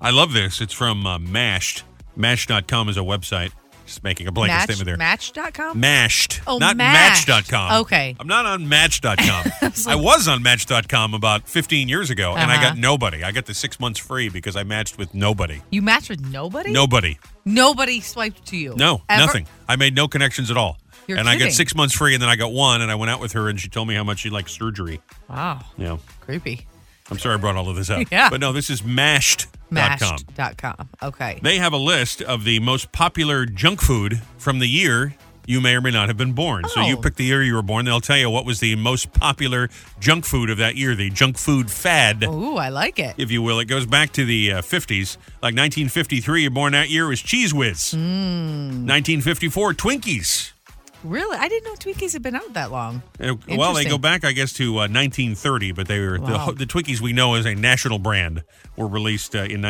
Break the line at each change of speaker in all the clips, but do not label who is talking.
I love this. It's from uh, Mashed. Mashed.com is a website. Just making a blanket
Match,
statement there.
Match.com?
Mashed.
Oh,
not
Mashed.
Match.com.
Okay.
I'm not on Match.com. I was on Match.com about 15 years ago, and I
Uh-huh.
got nobody. I got the six months free because I matched with nobody.
you match with nobody?
Nobody.
Nobody swiped to you.
No,
Ever?
nothing. I made no connections at all.
You're
and I got
kidding.
six months free, and then I got one, and I went out with her, and she told me how much she liked surgery.
Wow.
Yeah.
Creepy.
I'm sorry I brought all of this up.
Yeah.
But no, this is mashed.com.
Mashed.com. Okay.
They have a list of the most popular junk food from the year you may or may not have been born. So you
Oh.
pick the year you were born. They'll tell you what was the most popular junk food of that year, the junk food fad.
Ooh, I like it.
If you will, it goes back to the uh, 50s. Like 1953, you're born that year was Cheese Whiz. 1954, Twinkies.
Really? I didn't know Twinkies had been out that long.
Uh, Well, they
Interesting.
go back, I guess, to uh, 1930, but they were
Wow.
the, the Twinkies we know as a national brand were released uh, in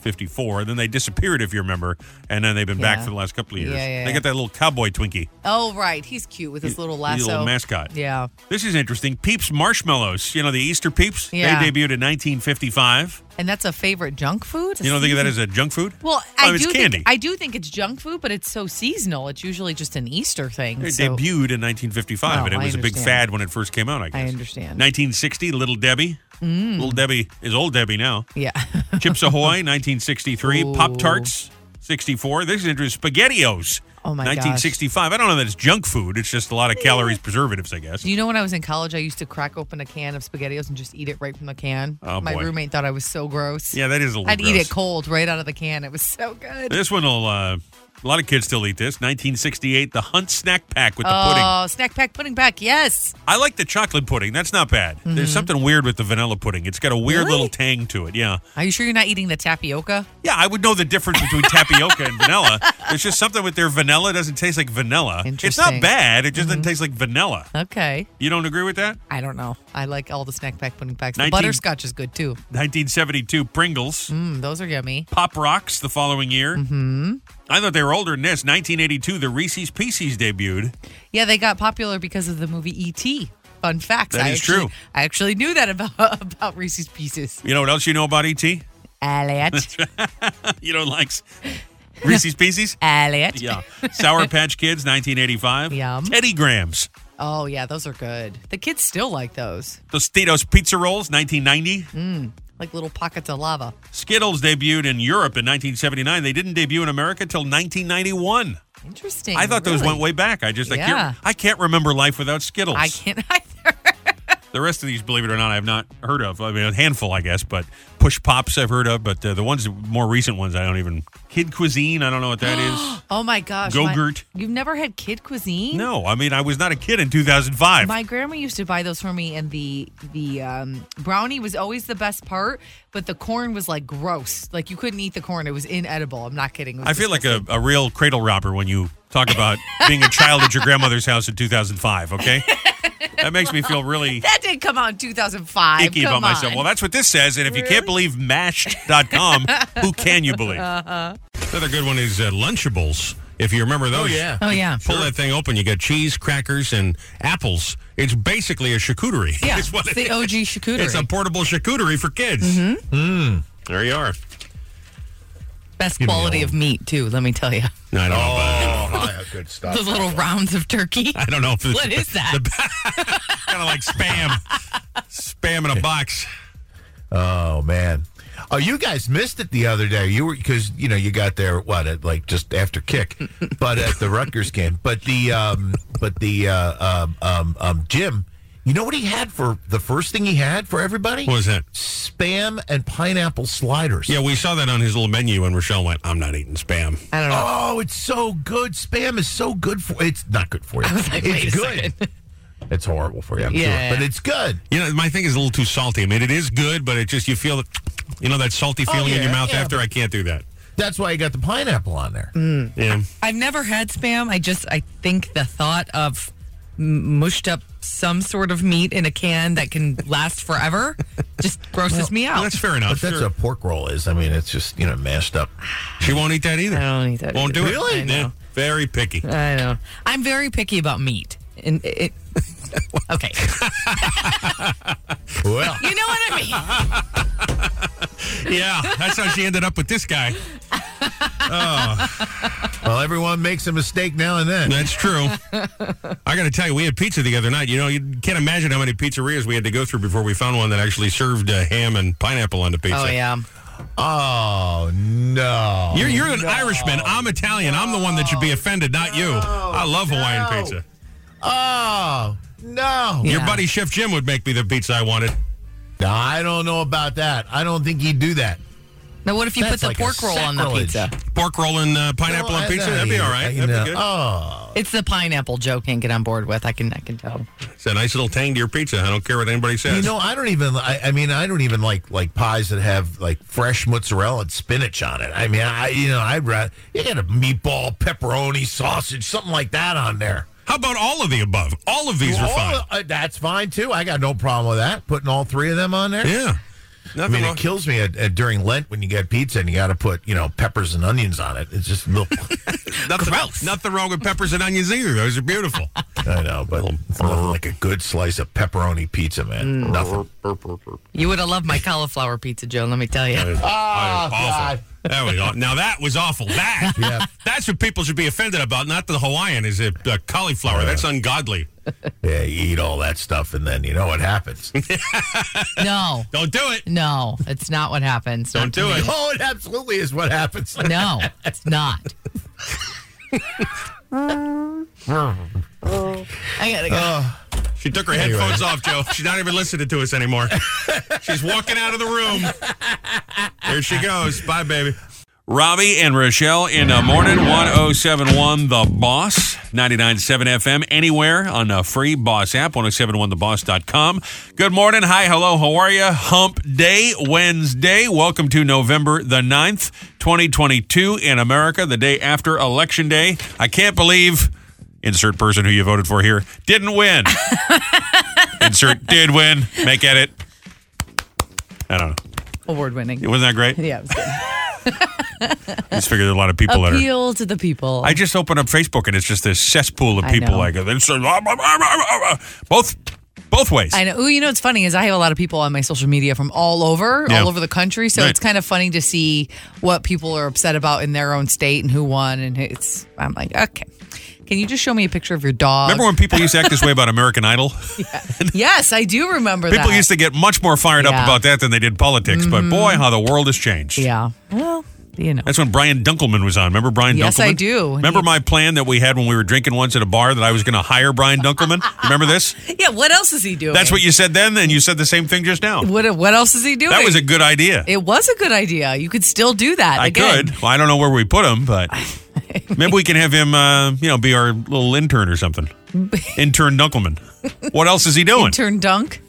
1954. Then they disappeared, if you remember, and then they've been back
Yeah.
for the last couple of years.
Yeah, yeah,
they
yeah.
got that little cowboy Twinkie,
Oh, right. He's cute with his little lasso.
little mascot.
Yeah.
This is interesting. Peeps marshmallows, you know the Easter Peeps.
Yeah.
They debuted in 1955.
And that's a favorite junk food?
You don't think of that as a junk food?
Well,
I
I
mean, it's
do
candy.
think I do think it's junk food, but it's so seasonal. It's usually just an Easter thing.
It
so-
debuted in 1955,
Oh,
and it
I
was a big
understand.
fad when it first came out. I guess.
understand. Mm.
1960, Little Debbie. Little Debbie is old Debbie now.
yeah.
Chips Ahoy, 1963.
Ooh.
Pop Tarts, 64. This is interesting. SpaghettiOs.
Oh, my gosh.
1965. I don't know that it's junk food. It's just a lot of calories, preservatives, I guess.
do you know when I was in college, I used to crack open a can of SpaghettiOs and just eat it right from the can.
Oh,
My
boy.
roommate thought I was so gross.
Yeah, that is a little
I'd eat
Oh, gross.
it cold right out of the can. It was so good.
This one will, uh, a lot of kids still eat this. 1968, the Hunt Snack Pack with the
Oh, snack pack pudding back. Yes.
pudding. I like the chocolate pudding. That's not bad. There's something weird with the vanilla pudding. It's got a weird
Mm-hmm. Really?
little tang to it. Yeah.
Are you sure you're not eating the tapioca?
Yeah, I would know the difference between tapioca and vanilla. There's just something with their vanilla. It doesn't taste like vanilla. It's not
Interesting. Mm-hmm.
bad. It just doesn't taste like vanilla.
Okay.
You don't agree with that?
I don't know. I like all the snack pack pudding packs. The
19
butterscotch is good too.
1972 Pringles,
Mm, those are yummy.
Pop Rocks the following year. Mm-hmm. I thought they were older than this. 1982, the Reese's Pieces debuted.
Yeah, they got popular because of the movie E.T. Fun facts.
That
I
is
actually,
true.
I actually knew that about about Reese's Pieces.
You know what else you know about ET? you
Elliot,
don't like s- Reese's Pieces?
Elliot.
Yeah. Sour Patch Kids, 1985.
Yum.
Teddy Grahams.
Oh yeah, those are good. The kids still like those,
Tostitos Pizza Rolls, 1990.
Mm. like little pockets of lava.
Skittles debuted in Europe in 1979. They didn't debut in America till 1991.
Interesting.
I thought those
really.
went way back. I just I
Yeah.
can't I can't remember life without Skittles.
I can't either.
The rest of these, believe it or not, I have not heard of. I mean, a handful, I guess, but push pops I've heard of, but uh, the ones more recent ones I don't even. Kid cuisine, I don't know what that is.
Oh my gosh, my-
Go-gurt.
you've never had Kid Cuisine?
No, I mean I was not a kid in 2005.
My grandma used to buy those for me, and the the um, brownie was always the best part, but the corn was like gross. Like you couldn't eat the corn; it was inedible. I'm not kidding. It was
I feel like
disgusting.
a, a real cradle robber when you talk about being a child at your grandmother's house in 2005. Okay, that makes me feel really.
that did come out in 2005.
Icky about
Come
myself.
on.
Well, that's what this says. And if you can't believe mashed.com, who can you believe? Another good one is uh, Lunchables. If you remember those.
Oh yeah.
Oh, yeah.
Pull that thing open. You got cheese, crackers, and apples. It's basically a charcuterie.
yeah,
It's what
it's
it
the
is.
OG charcuterie.
It's a portable charcuterie for kids. Mm-hmm. there you are.
Best quality of meat too. Let me tell you,
No, I don't know
Oh.
about it. Oh, good stuff.
those little rounds of turkey.
I don't know if this
What is that?
kind of like spam. spam in a box.
Oh man. Oh, you guys missed it the other day. You were because you know you got there what at like just after kick, but at the Rutgers game. But the um, but the uh, um, um, um, Jim, you know what he had for the first thing he had for everybody
What was that?
spam and pineapple sliders.
Yeah, we saw that on his little menu, and Rochelle went, "I'm not eating spam."
I don't know.
Oh, it's so good. Spam is so good for it's not good for you.
like,
it's
wait a
good. It's horrible for you, I'm
Yeah.
sure, but it's good.
You know, my thing is a little too salty. I mean, it is good, but it just you feel that, you know, that salty
Oh,
feeling in
yeah,
your mouth
yeah,
after. I can't do that.
That's why I got the pineapple on there.
Yeah.
I've never had spam. I just I think the thought of m- mushed up some sort of meat in a can that can last forever just grosses me
Well,
out.
that's fair
But
enough.
that's
Sure.
what a pork roll is. I mean, it's just you know mashed up.
She won't eat that either.
I don't eat that
Won't
either.
do it.
Really? I know.
Yeah. Very picky.
I know. I'm very picky about meat, and it Okay.
Well,
You know what I mean?
Yeah, that's how she ended up with this guy.
well, everyone makes a mistake now and then.
That's true. I got to tell you, we had pizza the other night. You know, you can't imagine how many pizzerias we had to go through before we found one that actually served uh, ham and pineapple on the pizza.
Oh, yeah.
Oh no!
You're, you're an Irishman. I'm Italian. I'm the one that should be offended, not you. I love Hawaiian
no.
pizza.
oh no!
Yeah.
Your buddy Chef Jim would make me the pizza I wanted.
Now, I don't know about that. I don't think he'd do that.
Now, what if you put
That's
the
like a
pork roll on the
sacrilege.
pizza?
Pork roll and uh, pineapple
No,
on
I-
pizza?
I-
That'd be all
I-
right.
you
That'd be
know,
good.
Oh,
It's the pineapple Joe can't get on board with. I can I can tell.
It's a nice little tang to your pizza. I don't care what anybody says.
you know, I don't even. I, I mean, I don't even like like pies that have like fresh mozzarella and spinach on it. I mean, I you know, I'd rather you get a meatball, pepperoni, sausage, something like that on there.
how about all of the above? All of these are
All-
fine.
uh, that's fine too. I got no problem with that. Putting all three of them on there.
yeah.
I
Nothing
mean,
wrong.
it kills me at, at, during Lent when you get pizza and you got to put, you know, peppers and onions on it. It's just, look,
nothing, nothing wrong with peppers and onions either. Those are beautiful.
I know, but it's nothing like a good slice of pepperoni pizza, man. Nothing.
You would have loved my cauliflower pizza, Joe. Let me tell you.
Oh,
Ah, God.
There we go. Now that was awful. That
Yeah.
that's what people should be offended about, not the Hawaiian. Is it uh, cauliflower? That's ungodly.
Yeah, you eat all that stuff and then you know what happens.
No,
Don't do it.
no, it's not what happens.
Don't do it.
oh, it absolutely is what happens.
No, it's not. I gotta go.
She took her
Anyway.
headphones off, Joe. She's not even listening to us anymore. She's walking out of the room. There she goes. Bye, baby. Robbie and Rochelle in a morning 1071 The Boss, 997 FM, anywhere on the free Boss app, 1071theboss.com. Good morning. Hi, hello, how are you? Hump Day, Wednesday. Welcome to November the 9th, 2022 in America, the day after Election Day. I can't believe, insert person who you voted for here, didn't win. insert did win. Make edit. I don't know.
Award winning.
Wasn't that great?
Yeah. it was good.
just figured a lot of people that are.
Appeal to the people.
I just opened up Facebook and it's just this cesspool of
I
people
know.
like it's, uh, ah, ah, ah, ah, ah, both both ways.
I know. Ooh, you know what's funny is I have a lot of people on my social media from all over,
Yeah.
all over the country. So
Right.
it's kind of funny to see what people are upset about in their own state and who won. And it's I'm like, okay, can you just show me a picture of your dog?
Remember when people used to act this way about American Idol?
yes, I do remember
People
that.
used to get much more fired up
Yeah. Mm-hmm.
about that than they did politics. But boy, how the world has changed.
yeah. Well, you know.
That's when Brian Dunkelman was on. Remember Brian
Yes,
Dunkelman?
I do.
Remember my plan that we had when we were drinking once at a bar that I was going to hire Brian Dunkelman? Remember this?
Yeah. What else is he doing?
That's what you said then, and you said the same thing just now.
What What else is he doing?
That was a good idea.
It was a good idea. You could still do that.
I
again.
could. Well, I don't know where we put him, but maybe we can have him, uh, you know, be our little intern or something. Intern Dunkelman. What else is he doing?
Intern dunk.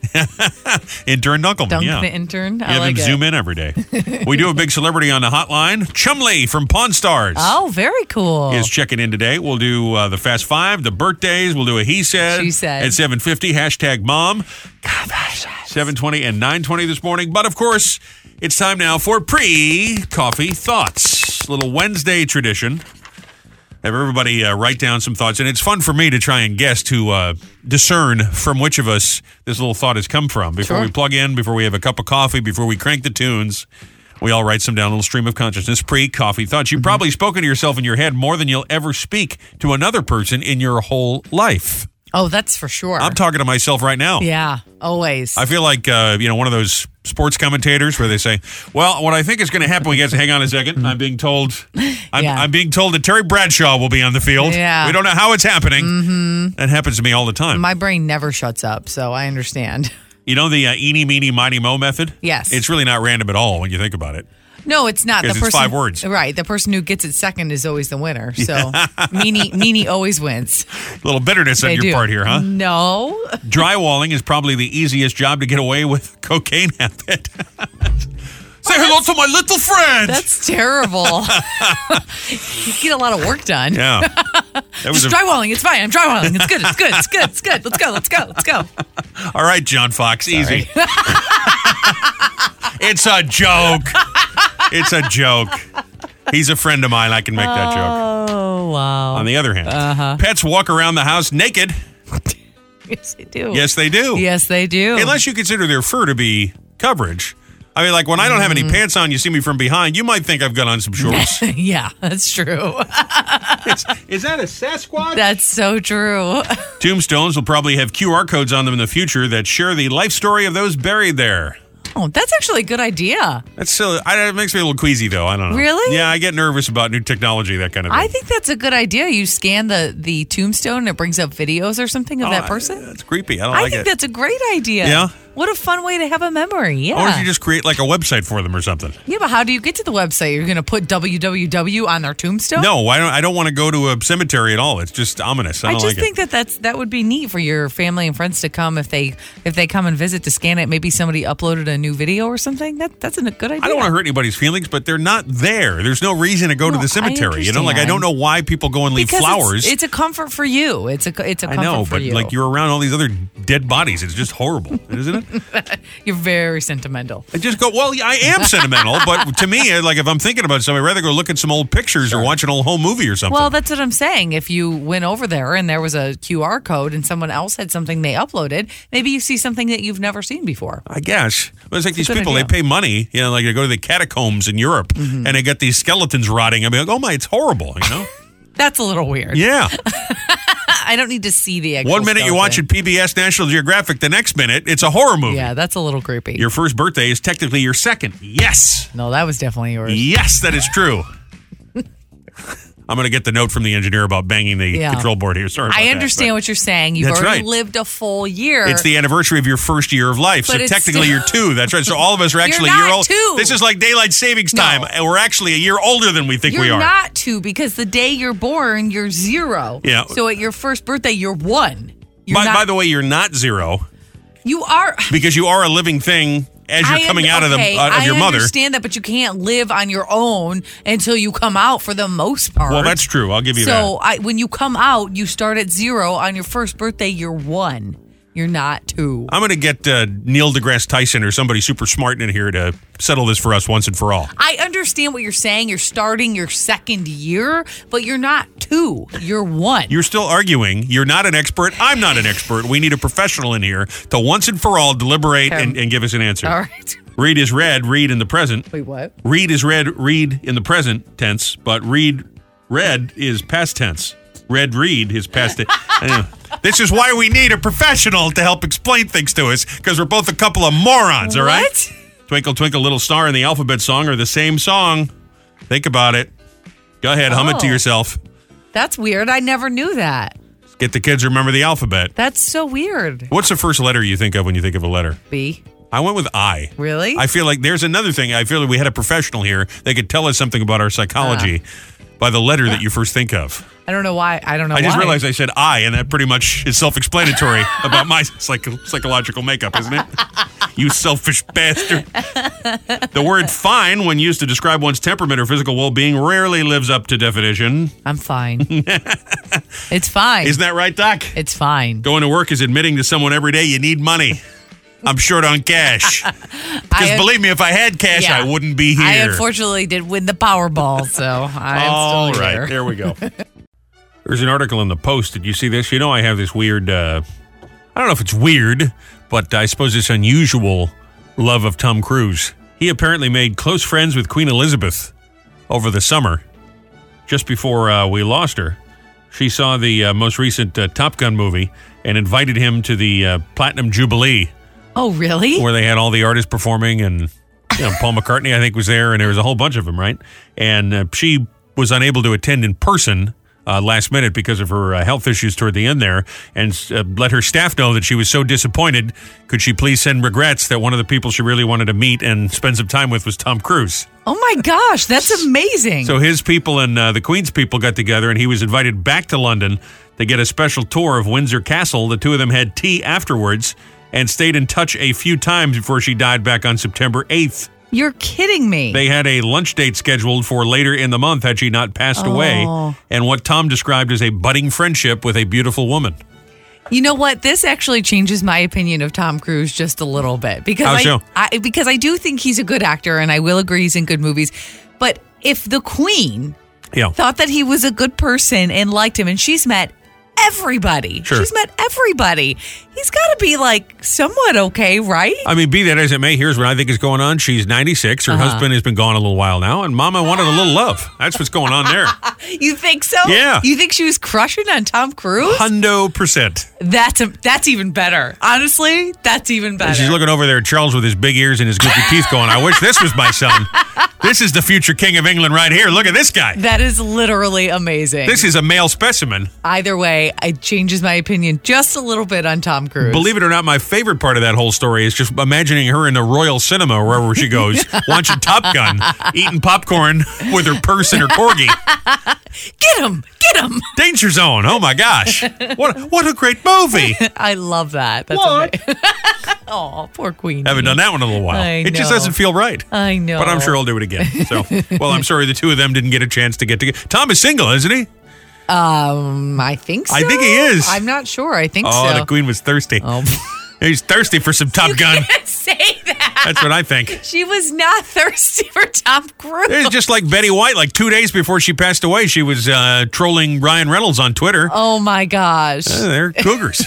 intern Dunkelman.
Dunk
yeah.
the intern. I
have him
like it.
zoom in every day. we do a big celebrity on the hotline. Chumley from Pawn Stars
Oh, very cool.
is checking in today. We'll do uh, the Fast Five, the birthdays. We'll do a he said.
She said.
At 750, hashtag mom. 720 and 920 this morning. But of course, it's time now for pre-coffee thoughts. Little Wednesday tradition. Have everybody uh, write down some thoughts. And it's fun for me to try and guess to uh, discern from which of us this little thought has come from. Before
Sure.
we plug in, before we have a cup of coffee, before we crank the tunes, we all write some down, a little stream of consciousness, pre coffee thoughts.
Mm-hmm.
You've probably spoken to yourself in your head more than you'll ever speak to another person in your whole life.
oh, that's for sure.
I'm talking to myself right now.
yeah. Always.
I feel like uh, you know one of those sports commentators where they say, "Well, what I think is going to happen." We guys, hang on a second. I'm being told, I'm,
Yeah.
I'm being told that Terry Bradshaw will be on the field.
Yeah. Mm-hmm.
we don't know how it's happening. That happens to me all the time.
My brain never shuts up, so I understand.
you know the uh, eeny meeny miny mo method.
Yes.
it's really not random at all when you think about it.
No, it's not. The
'Cause it's
person,
five words.
Right. The person who gets it second is always the winner. So Meanie, Meanie always wins.
A little bitterness on
They
your
do. Mm-hmm.
part here, huh?
No.
Drywalling is probably the easiest job to get away with cocaine habit. Say hello to my little friend.
That's terrible. you get a lot of work done.
yeah. That was
Just
a-
drywalling. It's fine. I'm drywalling. It's good. It's good. It's good. It's good. Let's go. Let's go. Let's go.
All right, John Fox, easy. it's a joke. It's a joke. He's a friend of mine. I can make that joke.
Oh, wow.
On the other hand, pets walk around the house naked.
Yes, they do.
Yes, they do.
Yes, they do.
Unless you consider their fur to be coverage. I mean, like when I don't have any pants on, you see me from behind, you might think I've got on some shorts.
yeah, that's true.
Is that a Sasquatch?
That's so true.
Tombstones will probably have QR codes on them in the future that share the life story of those buried there.
Oh, that's actually a good idea.
That's so. I, it makes me a little queasy, though. I don't know.
Really?
Yeah, I get nervous about new technology, that kind of thing.
I think that's a good idea. You scan the the tombstone and it brings up videos or something of
Oh,
that
I-
person.
That's creepy. I don't
I,
like
think
it.
that's a great idea.
Yeah?
What a fun way to have a memory.
Or if
Yeah.
you just create like a website for them or something.
yeah, but how do you get to the website? You're going to put www on their tombstone?
No, I don't. I don't want to go to a cemetery at all. It's just ominous. I,
I
don't
just
like
think
it.
that that's that would be neat for your family and friends to come if they if they come and visit to scan it. Maybe somebody uploaded a new video or something. That that's a good idea.
I don't want to hurt anybody's feelings, but they're not there. There's no reason to go to
No,
the
I
cemetery. You know, like I don't
understand.
know why people go and leave
because it's-
flowers.
It's, a comfort for you. It's a co- it's a
I
comfort
know,
for
but
you.
like you're around all these other dead bodies. It's just horrible, isn't it?
You're very sentimental.
I just go. Well, yeah, I am sentimental, but to me, like if I'm thinking about something, I'd rather go look at some old pictures or watch an old home movie or something.
Well, that's what I'm saying. If you went over there and there was a QR code and someone else had something they uploaded, maybe you see something that you've never seen before.
I guess. But it's like
a
these
good
people, they
idea.
pay
Mm-hmm.
money, you know, like they go to the catacombs in Europe and they got these skeletons rotting. I mean, like, oh my, it's horrible, you know?
That's a little weird.
yeah.
I don't need to see the actual
One minute you watch it
skeleton.
PBS National Geographic, the next minute it's a horror movie.
Yeah, that's a little creepy.
Your first birthday is technically your second. Yes.
no, that was definitely yours.
Yes, that is true. I'm going to get the note from the engineer about banging the
Yeah.
control board here. Sorry. about
I
that,
understand
but
what you're saying. You've
That's
already
right.
lived a full year.
It's the anniversary of your first year of life. So
But it's
technically
still-
you're two. That's right. So all of us are actually a
not
year old.
two.
This is like daylight savings
No.
time. and We're actually a year older than we think
you're
we are.
not two because the day you're born, you're zero.
Yeah.
So at your first birthday, you're one. You're
By,
not,
by the way, you're not zero
you are.
because you are a living thing as you're
I
coming
un-
out of
okay,
the uh, of your
I
mother.
understand that, but you can't live on your own until you come out. For the most part,
Well, that's true. I'll give you
so. I, when you come out, you start at zero. On your first birthday, you're one. You're not two.
that. I'm going to get uh, Neil deGrasse Tyson or somebody super smart in here to settle this for us once and for all.
I understand what you're saying. You're starting your second year, but you're not two. You're one.
You're still arguing. You're not an expert. I'm not an expert. We need a professional in here to once and for all deliberate and, and give us an answer.
All right.
Read is read, read in the present.
Wait, what?
Read is read, read in the present tense, but read read is past tense. Red read is past it. This is why we need a professional to help explain things to us because we're both a couple of morons, all right?
What?
Twinkle Twinkle Little Star and the Alphabet Song are the same song. Think about it. Go ahead, hum it to
Oh.
yourself.
That's weird. I never knew that.
Get the kids to remember the alphabet.
That's so weird.
What's the first letter you think of when you think of a letter?
B.
I went with I.
Really?
I feel like there's another thing. I feel like we had a professional here that could tell us something about our psychology by the letter that you first think of.
I don't know why. I don't know
I
Ah. why.
just realized I said I, and that pretty much is self explanatory about my psych- psychological makeup, isn't it? you selfish bastard. the word fine, when used to describe one's temperament or physical well being, rarely lives up to definition.
I'm fine. it's fine.
Isn't that right, Doc?
it's fine.
Going to work is admitting to someone every day you need money. I'm short on cash.
I-
Because believe me, if I had cash,
yeah.
I wouldn't be here.
I unfortunately did win the Powerball, so I'm
All
still
right,
here.
there we go. There's an article in the Post. Did you see this? You know, I have this weird. Uh, I don't know if it's weird, but I suppose it's unusual love of Tom Cruise. He apparently made close friends with Queen Elizabeth over the summer, just before uh, we lost her. She saw the uh, most recent uh, Top Gun movie and invited him to the uh, Platinum Jubilee
Oh, really?
where they had all the artists performing and you know, Paul McCartney I think was there and there was a whole bunch of them right and uh, she was unable to attend in person uh, last minute because of her uh, health issues toward the end there and uh, let her staff know that she was so disappointed could she please send regrets that one of the people she really wanted to meet and spend some time with was Tom Cruise
oh my gosh, that's amazing.
so his people and uh, the Queen's people got together, and he was invited back to London to get a special tour of Windsor Castle. The two of them had tea afterwards and stayed in touch a few times before she died back on September 8th.
You're kidding me.
They had a lunch date scheduled for later in the month had she not passed away, and what Tom described as a budding friendship with a beautiful woman.
You know what? This actually changes my opinion of Tom Cruise just a little bit because
How
I,
so?
I because I do think he's a good actor and I will agree he's in good movies. But if the Queen
Yeah.
thought that he was a good person and liked him and she's met everybody.
Sure.
She's met everybody. He's got to be like somewhat okay, right?
I mean, be that as it may, here's what I think is going on. She's 96. Her husband has been gone a little while now, and Mama wanted a little love. That's what's going on there.
You think so?
Yeah.
You think she was crushing on Tom Cruise?
Hundo percent.
That's a, that's even better. Honestly, that's even better.
And she's looking over there at Charles with his big ears and his goofy teeth going, I wish this was my son. This is the future king of England right here. Look at this guy.
that is literally amazing.
This is a male specimen.
Either way, it changes my opinion just a little bit on Tom Cruise.
Believe it or not, my favorite part of that whole story is just imagining her in a royal cinema wherever she goes, watching Top Gun, eating popcorn with her purse and her corgi.
get him, get him.
Danger Zone. Oh my gosh. What, what a great movie.
I love that. That's
What?
oh, poor Queen.
Haven't done that one in a little while.
I
It just
know.
doesn't feel right.
I know.
But I'm sure he'll do it again. So, well, I'm sorry the two of them didn't get a chance to get together. Tom is single, isn't he?
Um, I think so.
I think he is.
I'm not sure. I think
Oh,
so.
the queen was thirsty.
Oh.
He's thirsty for some Top Gun.
Say that
That's what I think.
she was not thirsty for Tom Cruise.
It's just like Betty White. Like two days before she passed away, she was uh, trolling Ryan Reynolds on Twitter.
Oh my gosh.
Uh, they're cougars.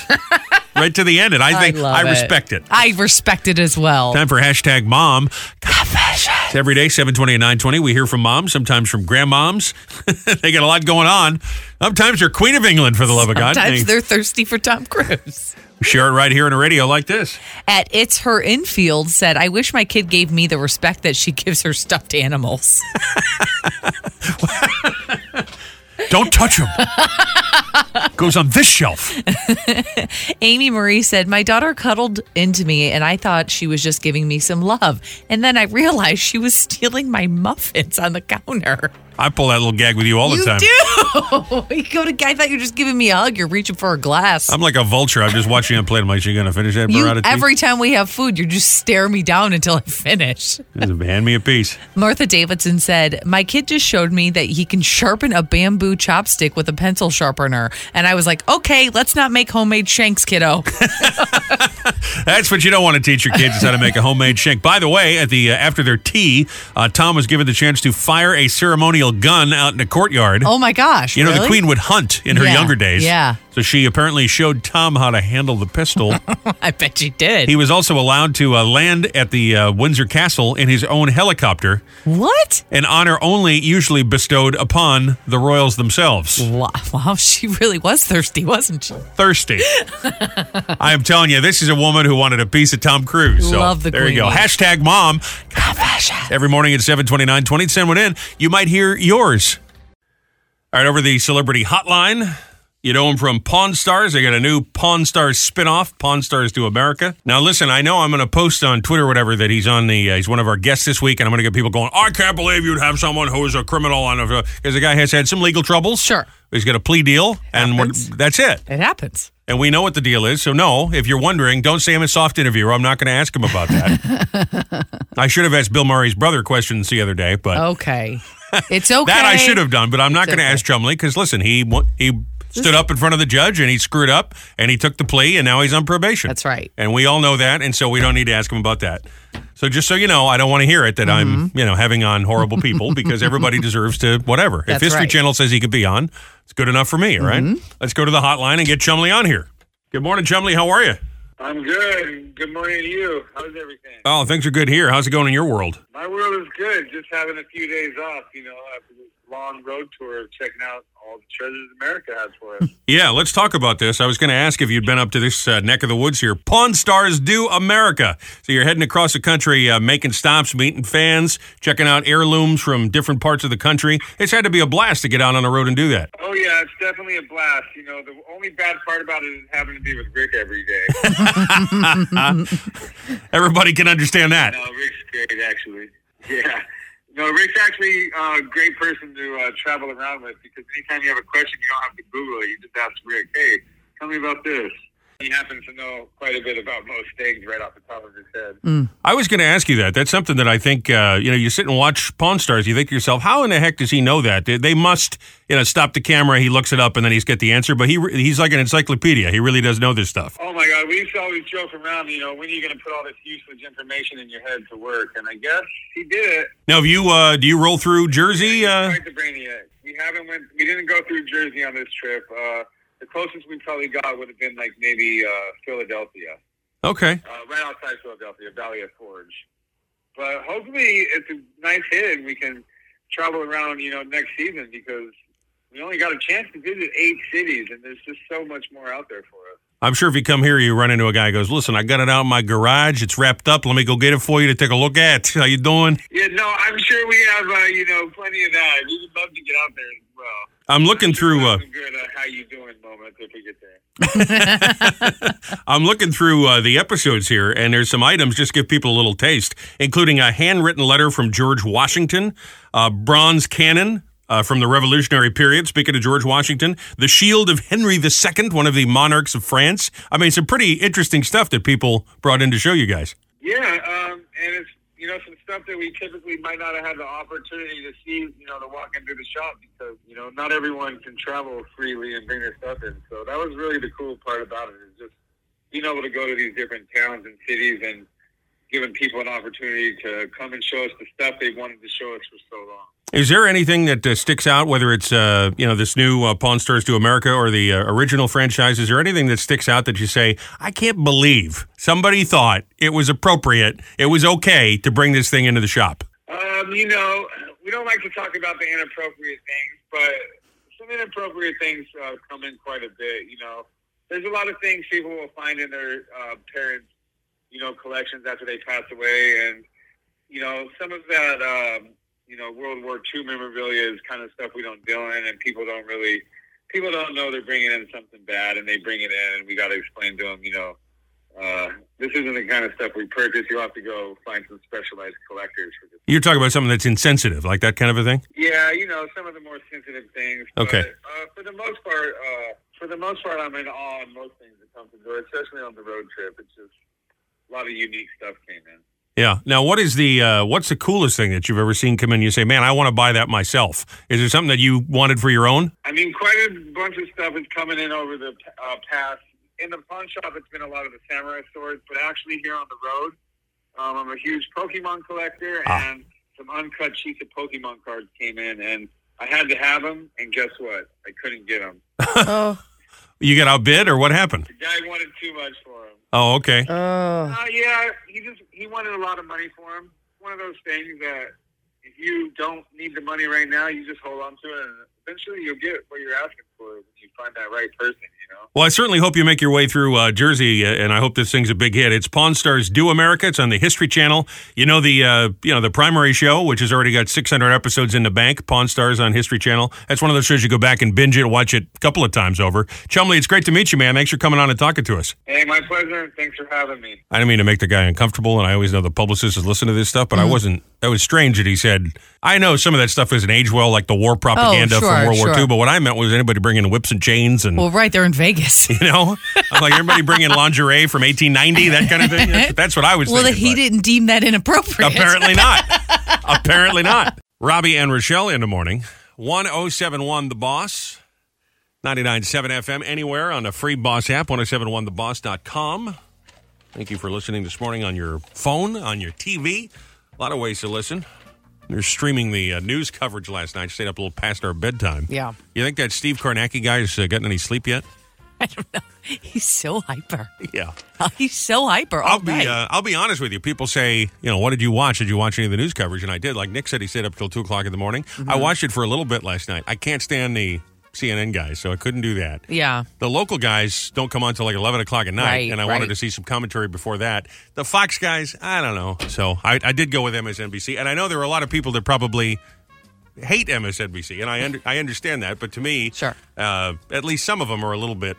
right to the end. And I
I
think
love
I,
it.
respect it.
I respect it as well.
Time for hashtag mom. It's every day, 720 and 920. We hear from moms, sometimes from grandmoms. they got a lot going on. Sometimes they're Queen of England, for the love of God.
Sometimes
They
they're thirsty for Tom Cruise.
share it right here on the radio like this.
At It's Her Infield said, I wish my kid gave me the respect that she gives her stuffed animals.
Don't touch them. Goes on this shelf.
Amy Marie said, My daughter cuddled into me and I thought she was just giving me some love. And then I realized she was stealing my muffins on the counter.
I pull that little gag with you all
you
the time.
do. you go to, I thought you were just giving me a hug. You're reaching for a glass.
I'm like a vulture. I'm just watching him play. I'm like, you going to finish that
you,
burrata? tea?
every time we have food, you just stare me down until I finish.
Hand me a piece.
Martha Davidson said, My kid just showed me that he can sharpen a bamboo chopstick with a pencil sharpener. And I was like, Okay, let's not make homemade shanks, kiddo.
That's what you don't want to teach your kids is how to make a homemade shank. By the way, at the uh, after their tea, uh, Tom was given the chance to fire a ceremonial gun out in the courtyard.
oh my gosh.
You know, the
really?
queen would hunt in her
Yeah,
younger days.
yeah.
So she apparently showed Tom how to handle the pistol.
I bet you did.
he was also allowed to uh, land at the uh, Windsor Castle in his own helicopter,
what?
an honor only usually bestowed upon the royals themselves.
Wow, wow, she really was thirsty, wasn't she?
Thirsty. I am telling you, this is a woman who wanted a piece of Tom Cruise. So
Love the
There you go.
queenie.
Hashtag mom. Every morning at 729 20, send one in. You might hear yours. All right, over the celebrity hotline. You know him from Pawn Stars. They got a new Pawn Stars spinoff, Pawn Stars to America. Now, listen, I know I'm going to post on Twitter, or whatever, that he's on the, uh, he's one of our guests this week, and I'm going to get people going, I can't believe you'd have someone who is a criminal on a, because the guy has had some legal troubles.
Sure.
He's got a plea deal, and
Happens.
we're- that's it.
It happens.
And we know what the deal is. So, no, if you're wondering, don't say I'm a soft interviewer. I'm not going to ask him about that. I should have asked Bill Murray's brother questions the other day, but
Okay. It's okay.
that I should have done. But I'm not going to
okay.
ask Chumley because, listen, he wa- he stood up in front of the judge and he screwed up and he took the plea and now he's on probation.
That's right.
And we all know that. And so we don't need to ask him about that. So, just so you know, I don't want to hear it that I'm,
Mm-hmm.
you know, having on horrible people because everybody deserves to whatever. if
That's
History
right. Mm-hmm.
Channel says he could be on, it's good enough for me. All right? Let's go to the hotline and get Chumley on here. Good morning, Chumley. How are you?
I'm good. Good morning to you. How's everything?
Oh, things are good here. How's it going in your world?
My world is good. Just having a few days off, you know, after this long road tour of checking out all the treasures America has for us.
Yeah, let's talk about this. I was going to ask if you'd been up to this uh, neck of the woods here. Pawn Stars Do America. So you're heading across the country, uh, making stops, meeting fans, checking out heirlooms from different parts of the country. It's had to be a blast to get out on the road and do that.
oh, yeah, it's definitely a blast. You know, the only bad part about it is having to be with Rick every day.
Everybody can understand that.
no, Rick's great, actually. Yeah. No, Rick's actually uh, a great person to uh, travel around with because anytime you have a question, you don't have to Google it. You just ask Rick, hey, tell me about this. He happens to know quite a bit about most things right off the top of his head.
I was going to ask you that. That's something that I think, uh, you know, you sit and watch Pawn Stars, you think to yourself, how in the heck does he know that? They, they must, you know, stop the camera, he looks it up, and then he's got the answer. But he re- he's like an encyclopedia. He really does know this stuff.
Oh my God! We used to always joke around, you know, when are you going to put all this useless information in your head to work? And I guess he did it.
Now, have you, uh, do you roll through Jersey? Uh,
Right to Brainiac. We haven't went. We didn't go through Jersey on this trip. Uh, The closest we probably got would have been like maybe uh, Philadelphia,
Okay.
uh, right outside Philadelphia, Valley of Forge. But hopefully, it's a nice hit, and we can travel around, you know, next season because we only got a chance to visit eight cities, and there's just so much more out there for us.
I'm sure if you come here, you run into a guy who goes, "Listen, I got it out in my garage. It's wrapped up. Let me go get it for you to take a look at. How you doing?
Yeah, no, I'm sure we have, uh, you know, plenty of that. We would love to get out there as well.
I'm looking through. Uh,
Some good uh, how you doing moments if we get there.
I'm looking through uh, the episodes here, and there's some items just to give people a little taste, including a handwritten letter from George Washington, a bronze cannon uh, from the Revolutionary period. Speaking of George Washington, the shield of Henry II, one of the monarchs of France. I mean, some pretty interesting stuff that people brought in to show you guys.
Yeah, um, and it's you know some stuff that we typically might not have had the opportunity to see. You know, to walk into the shop because you know not everyone can travel freely and bring their stuff in. So that was really the cool part about it is just being able to go to these different towns and cities and giving people an opportunity to come and show us the stuff they wanted to show us for so long.
Is there anything that uh, sticks out, whether it's uh, you know this new uh, Pawn Stars to America or the uh, original franchise? Is there anything that sticks out that you say, I can't believe somebody thought it was appropriate, it was okay to bring this thing into the shop?
Um, you know, we don't like to talk about the inappropriate things, but some inappropriate things uh, come in quite a bit. You know, there's a lot of things people will find in their uh, parents, you know, collections after they pass away, and you know, some of that, um, you know, World War II memorabilia is kind of stuff we don't deal in, and people don't really, people don't know they're bringing in something bad, and they bring it in, and we got to explain to them, you know. Uh, this isn't the kind of stuff we purchase. You'll have to go find some specialized collectors for this.
You're talking about something that's insensitive, like that kind of a thing.
Yeah, you know some of the more sensitive things. but,
Okay.
uh, for the most part, uh, for the most part, I'm in awe on most things that come to the door, especially on the road trip. It's just a lot of unique stuff came in.
Yeah. Now, what is the uh, what's the coolest thing that you've ever seen come in? You say, man, I want to buy that myself. Is there something that you wanted for your own?
I mean, quite a bunch of stuff is coming in over the uh, past. In the pawn shop, it's been a lot of the samurai swords, but actually here on the road, um, I'm a huge Pokemon collector,
Ah.
and some uncut sheets of Pokemon cards came in, and I had to have them. And guess what? I couldn't get them.
Oh,
You got outbid, or what happened?
The guy wanted too much for them.
Oh, okay.
oh,
Uh, yeah, he just he wanted a lot of money for him. One of those things that if you don't need the money right now, you just hold on to it, and eventually you'll get what you're asking for when you find that right person. You know.
Well, I certainly hope you make your way through uh, Jersey, uh, and I hope this thing's a big hit. It's Pawn Stars Do America. It's on the History Channel. You know the uh, you know the primary show, which has already got 600 episodes in the bank. Pawn Stars on History Channel. That's one of those shows you go back and binge it, watch it a couple of times over. Chumley, it's great to meet you, man. Thanks for coming on and talking to us.
Hey, my pleasure. and Thanks for having me.
I didn't mean to make the guy uncomfortable, and I always know the publicist is listening to this stuff, but
Mm-hmm.
I wasn't. That was strange that he said. I know some of that stuff isn't age well, like the war propaganda
Oh, sure,
from World War
sure.
II. But what I meant was anybody bringing whips and chains and
well, right there in Vegas.
you know, I'm like everybody bringing lingerie from 1890, that kind of thing. That's, that's what I was.
Well, that
thinking,
he
but
didn't deem that inappropriate.
Apparently not. apparently not. Robbie and Rochelle in the morning. 1071 The Boss. 99.7 FM anywhere on the free Boss app, 1071theboss.com. Thank you for listening this morning on your phone, on your TV. A lot of ways to listen. They're streaming the uh, news coverage last night. Stayed up a little past our bedtime.
Yeah.
You think that Steve Kornacki guy has uh, gotten any sleep yet?
I don't know. He's so hyper.
Yeah.
He's so hyper. all
I'll
day.
be uh, I'll be honest with you. People say, you know, what did you watch? Did you watch any of the news coverage? And I did. Like Nick said, he stayed up till two o'clock in the morning.
Mm-hmm.
I watched it for a little bit last night. I can't stand the CNN guys, so I couldn't do that.
yeah.
The local guys don't come on till like eleven o'clock at night,
Right,
and I
right.
wanted to see some commentary before that. The Fox guys, I don't know. So I, I did go with MSNBC, and I know there were a lot of people that probably hate MSNBC, and I under, I understand that. But to me,
Sure.
uh, at least some of them are a little bit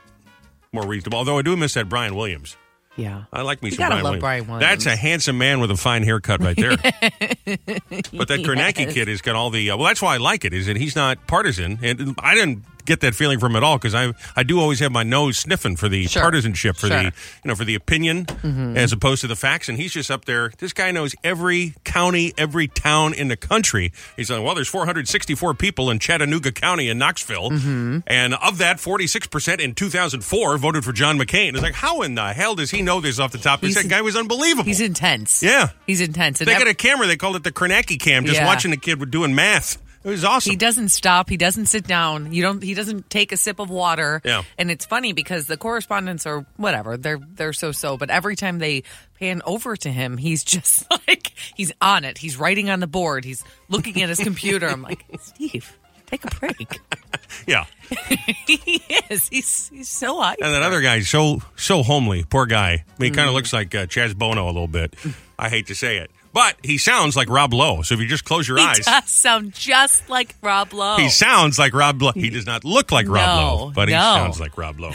more reasonable. Although I do miss that Brian Williams.
Yeah.
I like me
You
some
gotta
Brian
love
Williams.
Brian Williams.
That's a handsome man with a fine haircut right there. but that Kornacki kid has got all the. Uh, well, that's why I like it. Is that he's not partisan, and I didn't get that feeling from him at all because I I do always have my nose sniffing for the
Sure.
partisanship for the
Sure.
you know for the opinion
Mm-hmm.
as opposed to the facts. And he's just up there. This guy knows every county, every town in the country. He's like, well, there's 464 people in Chattanooga County in Knoxville,
Mm-hmm.
and of that, 46 percent in 2004 voted for John McCain. It's like, how in the hell does he know this off the top? Because
He's-
that guy was unbelievable.
He's intense.
yeah.
He's intense. And
They
that-
got a camera. They called it the Kornacki cam. Just
Yeah.
watching the kid doing math. It was awesome.
He doesn't stop. He doesn't sit down. You don't. He doesn't take a sip of water.
Yeah.
And it's funny because the correspondents are whatever. They're they're so so. But every time they pan over to him, he's just like he's on it. He's writing on the board. He's looking at his computer. I'm like, Steve, take a break.
yeah.
he is. He's he's so high.
And that other guy, so so homely, poor guy. I mean, he
Mm.
kind of looks like uh, Chaz Bono a little bit. I hate to say it, but he sounds like Rob Lowe. So if you just close your
He
eyes,
does sound just like Rob Lowe.
he sounds like Rob Lowe. He does not look like Rob
No,
Lowe, but he
no.
sounds like Rob Lowe.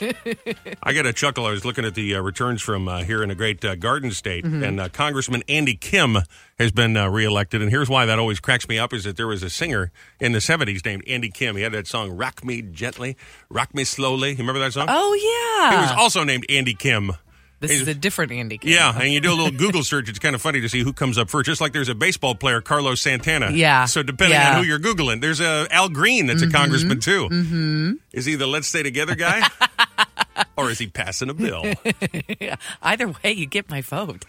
I got a chuckle. I was looking at the uh, returns from uh, here in the great uh, Garden State,
Mm-hmm.
and uh, Congressman Andy Kim has been uh, reelected. And here's why that always cracks me up is that there was a singer in the 70s named Andy Kim. He had that song, Rock Me Gently, Rock Me Slowly. You remember that song?
oh yeah.
He was also named Andy Kim.
this is a different Andy. Kim.
Yeah, and you do a little Google search. It's kind of funny to see who comes up first. Just like there's a baseball player, Carlos Santana.
Yeah,
So depending
yeah.
on who you're googling, there's a Al Green that's a congressman too. Mm-hmm. Is he the Let's Stay Together guy, or is he passing a bill?
Either way, you get my vote.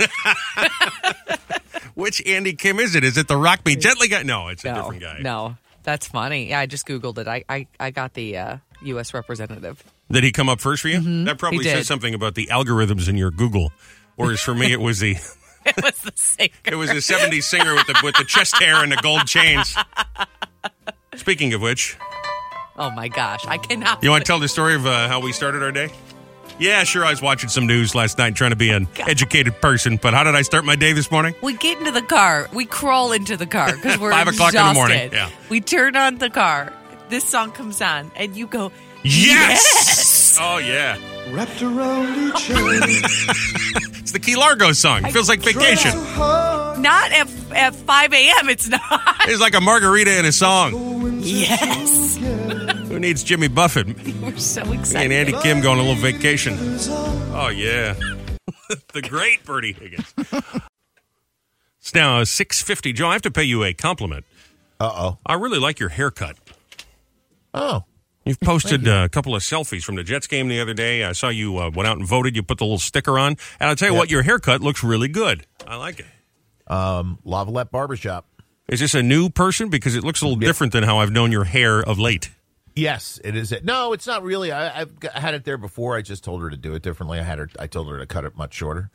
Which Andy Kim is it? Is it the Rock Me Gently guy? No, it's a
no,
different guy.
no, that's funny. Yeah, I just googled it. I I, I got the uh, U.S. representative.
Did he come up first for you? That probably
Mm-hmm. he
says
did.
something about the algorithms in your Google. Whereas for me, it was the
It was the singer.
It was a '70s singer with the with the chest hair and the gold chains. Speaking of which,
Oh my gosh, I cannot.
you want to tell the story of uh, how we started our day? Yeah, sure. I was watching some news last night, trying to be an educated person. But how did I start my day this morning?
we get into the car. We crawl into the car because we're
Five o'clock in the morning,
exhausted.
yeah.
We turn on the car. This song comes on, and you go.
Yes! Oh yeah,
Wrapped around each other.
it's the Key Largo song. It feels like vacation.
Not at, at 5 a.m. It's not.
It's like a margarita in a song.
Yes.
Who needs Jimmy Buffett? Me
We're so
and
excited.
Andy Kim going on a little vacation. Oh yeah, the great Bernie Higgins. It's now six fifty. Joe, I have to pay you a compliment.
Uh oh.
I really like your haircut.
Oh.
You've posted uh, a couple of selfies from the Jets game the other day. I saw you uh, went out and voted. You put the little sticker on, and I'll tell you what, your haircut looks really good. I like it.
Lavalette Barbershop.
Is this a new person? Because it looks a little different than how I've known your hair of late.
Yes, it is. It. No, it's not really. I, I've g- had it there before. I just told her to do it differently. I had her. I told her to cut it much shorter.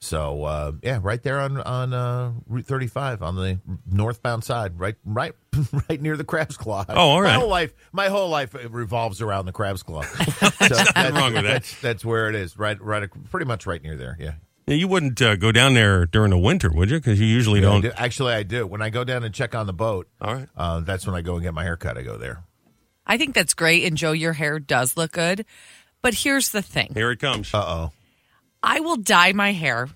So uh, yeah, right there on on uh, Route 35 on the northbound side, right, right, right near the Crab's Claw. Oh,
all
My
right.
whole life, my whole life it revolves around the Crab's Claw. so that's,
wrong with that.
That's, that's where it is. Right, right, ac- pretty much right near there. Yeah.
Now, You wouldn't uh, go down there during the winter, would you? Because you usually
I
don't.
do- Actually, I do. When I go down and check on the boat,
All right.
uh, that's when I go and get my haircut. I go there.
I think that's great. And Joe, your hair does look good. But here's the thing.
Here it comes.
Uh oh.
I will dye my hair.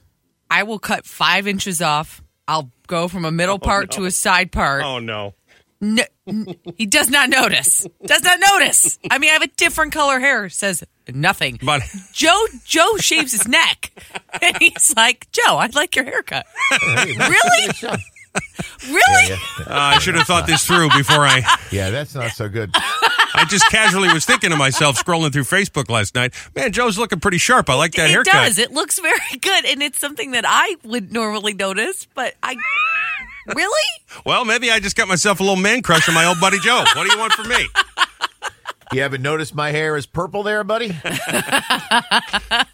I will cut five inches off. I'll go from a middle part to a side part.
oh no.
No, n- he does not notice. Does not notice. I mean, I have a different color hair. Says nothing.
But
Joe Joe shaves his neck, and he's like, "Joe, I like your haircut. really, really?
Yeah,
uh, I should have thought this through before I.
yeah, that's not so good.
I just casually was thinking to myself, scrolling through Facebook last night. Man, Joe's looking pretty sharp. I like that
it
haircut.
does. It looks very good, and it's something that I would normally notice, but I really."
Well, maybe I just got myself a little man crush on my old buddy Joe. What do you want from me?
You haven't noticed my hair is purple there, buddy?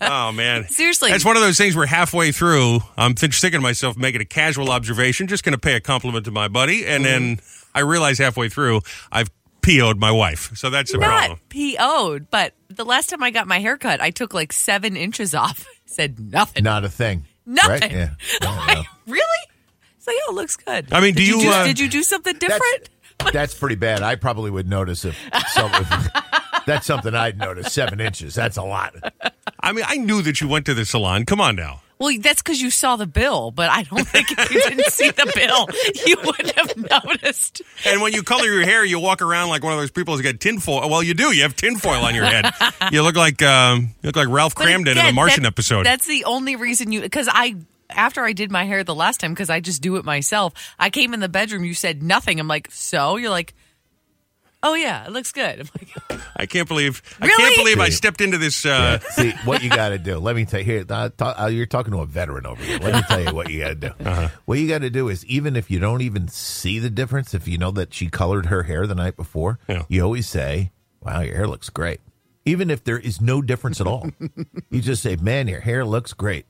Oh man,
Seriously.
it's one of those things where halfway through, I'm th- thinking to myself, making a casual observation, just going to pay a compliment to my buddy, and then
Mm-hmm.
I realize halfway through, I've PO'd my wife. So that's the problem.
not PO'd, but the last time I got my haircut, I took like seven inches off. Said nothing.
Not a thing.
Nothing.
Right? Yeah. I don't know.
Really? So yeah, it looks good.
I mean,
did
do you,
do,
uh,
did you do something different?
That's pretty bad. I probably would notice if, some, if- that's something I'd notice. Seven inches. That's a lot.
I mean, I knew that you went to the salon. Come on now.
Well, that's because you saw the bill, but I don't think if you didn't see the bill, you would have noticed.
And when you color your hair, you walk around like one of those people who's got tinfoil. Well, you do. You have tinfoil on your head. You look like um, you look like Ralph
But
Cramden in
again,
the Martian
that-
episode.
That's the only reason you because I after I did my hair the last time because I just do it myself. I came in the bedroom. You said nothing. I'm like, so you're like, oh yeah, it looks good. I'm like,
I can't believe I
Really?
can't believe I stepped into this. Uh,
See what you got to do. Let me tell you. Here, uh, ta- uh, you're talking to a veteran over here. Let me tell you what you got to do. What you got to do is, even if you don't even see the difference, if you know that she colored her hair the night before,
Yeah.
you always say, "Wow, your hair looks great." Even if there is no difference at all, you just say, "Man, your hair looks great."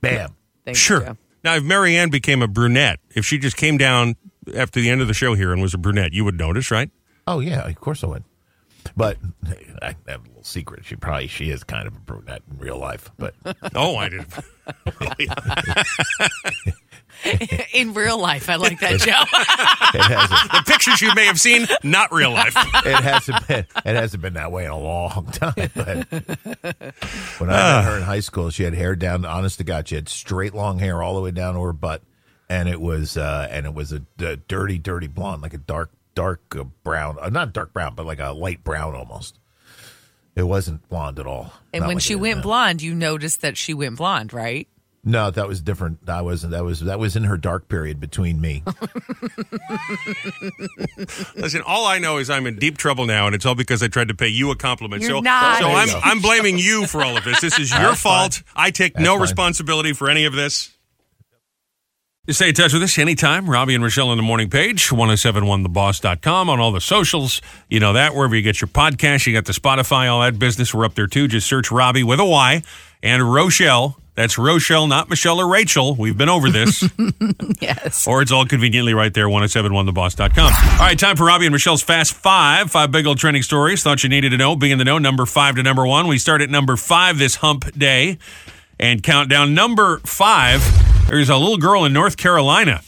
Bam.
thank
sure.
you.
Now, if Marianne became a brunette, if she just came down after the end of the show here and was a brunette, you would notice, right?
Oh yeah, of course I would. But I have a little secret. She probably she is kind of a brunette in real life, but
Oh, I did.
In real life, I like that Joe.
it hasn't.
the pictures you may have seen, not real life.
It hasn't been. It hasn't been that way in a long time. But when I met her in high school, she had hair down. Honest to God, she had straight long hair all the way down to her butt, and it was uh, and it was a, d- dirty, dirty blonde, like a dark, dark uh, brown. Uh, not dark brown, but like a light brown almost. It wasn't blonde at all.
and
Not
when
like
she
it is
went
uh,
now.
blonde, you noticed that she went blonde, right?
No, that was different. That wasn't. That was that was in her dark period between me.
Listen, all I know is I'm in deep trouble now, and it's all because I tried to pay you a compliment.
You're
so,
not.
so
There you
I'm
go.
I'm blaming you for all of this. This is your
That's
fault.
fine.
I take no
fine.
responsibility for any of this. Stay in touch with us anytime. Robbie and Rochelle on the morning page, 1071theboss.com on all the socials. You know that, wherever you get your podcast, you got the Spotify, all that business. We're up there too. Just search Robbie with a Y and Rochelle. That's Rochelle, not Michelle or Rachel. We've been over this.
Yes.
Or it's all conveniently right there, 1071theboss.com. All right, time for Robbie and Michelle's Fast Five. Five big old trending stories. Thought you needed to know. Be in the know, number five to number one. We start at number five this hump day and countdown. Number five, there's a little girl in North Carolina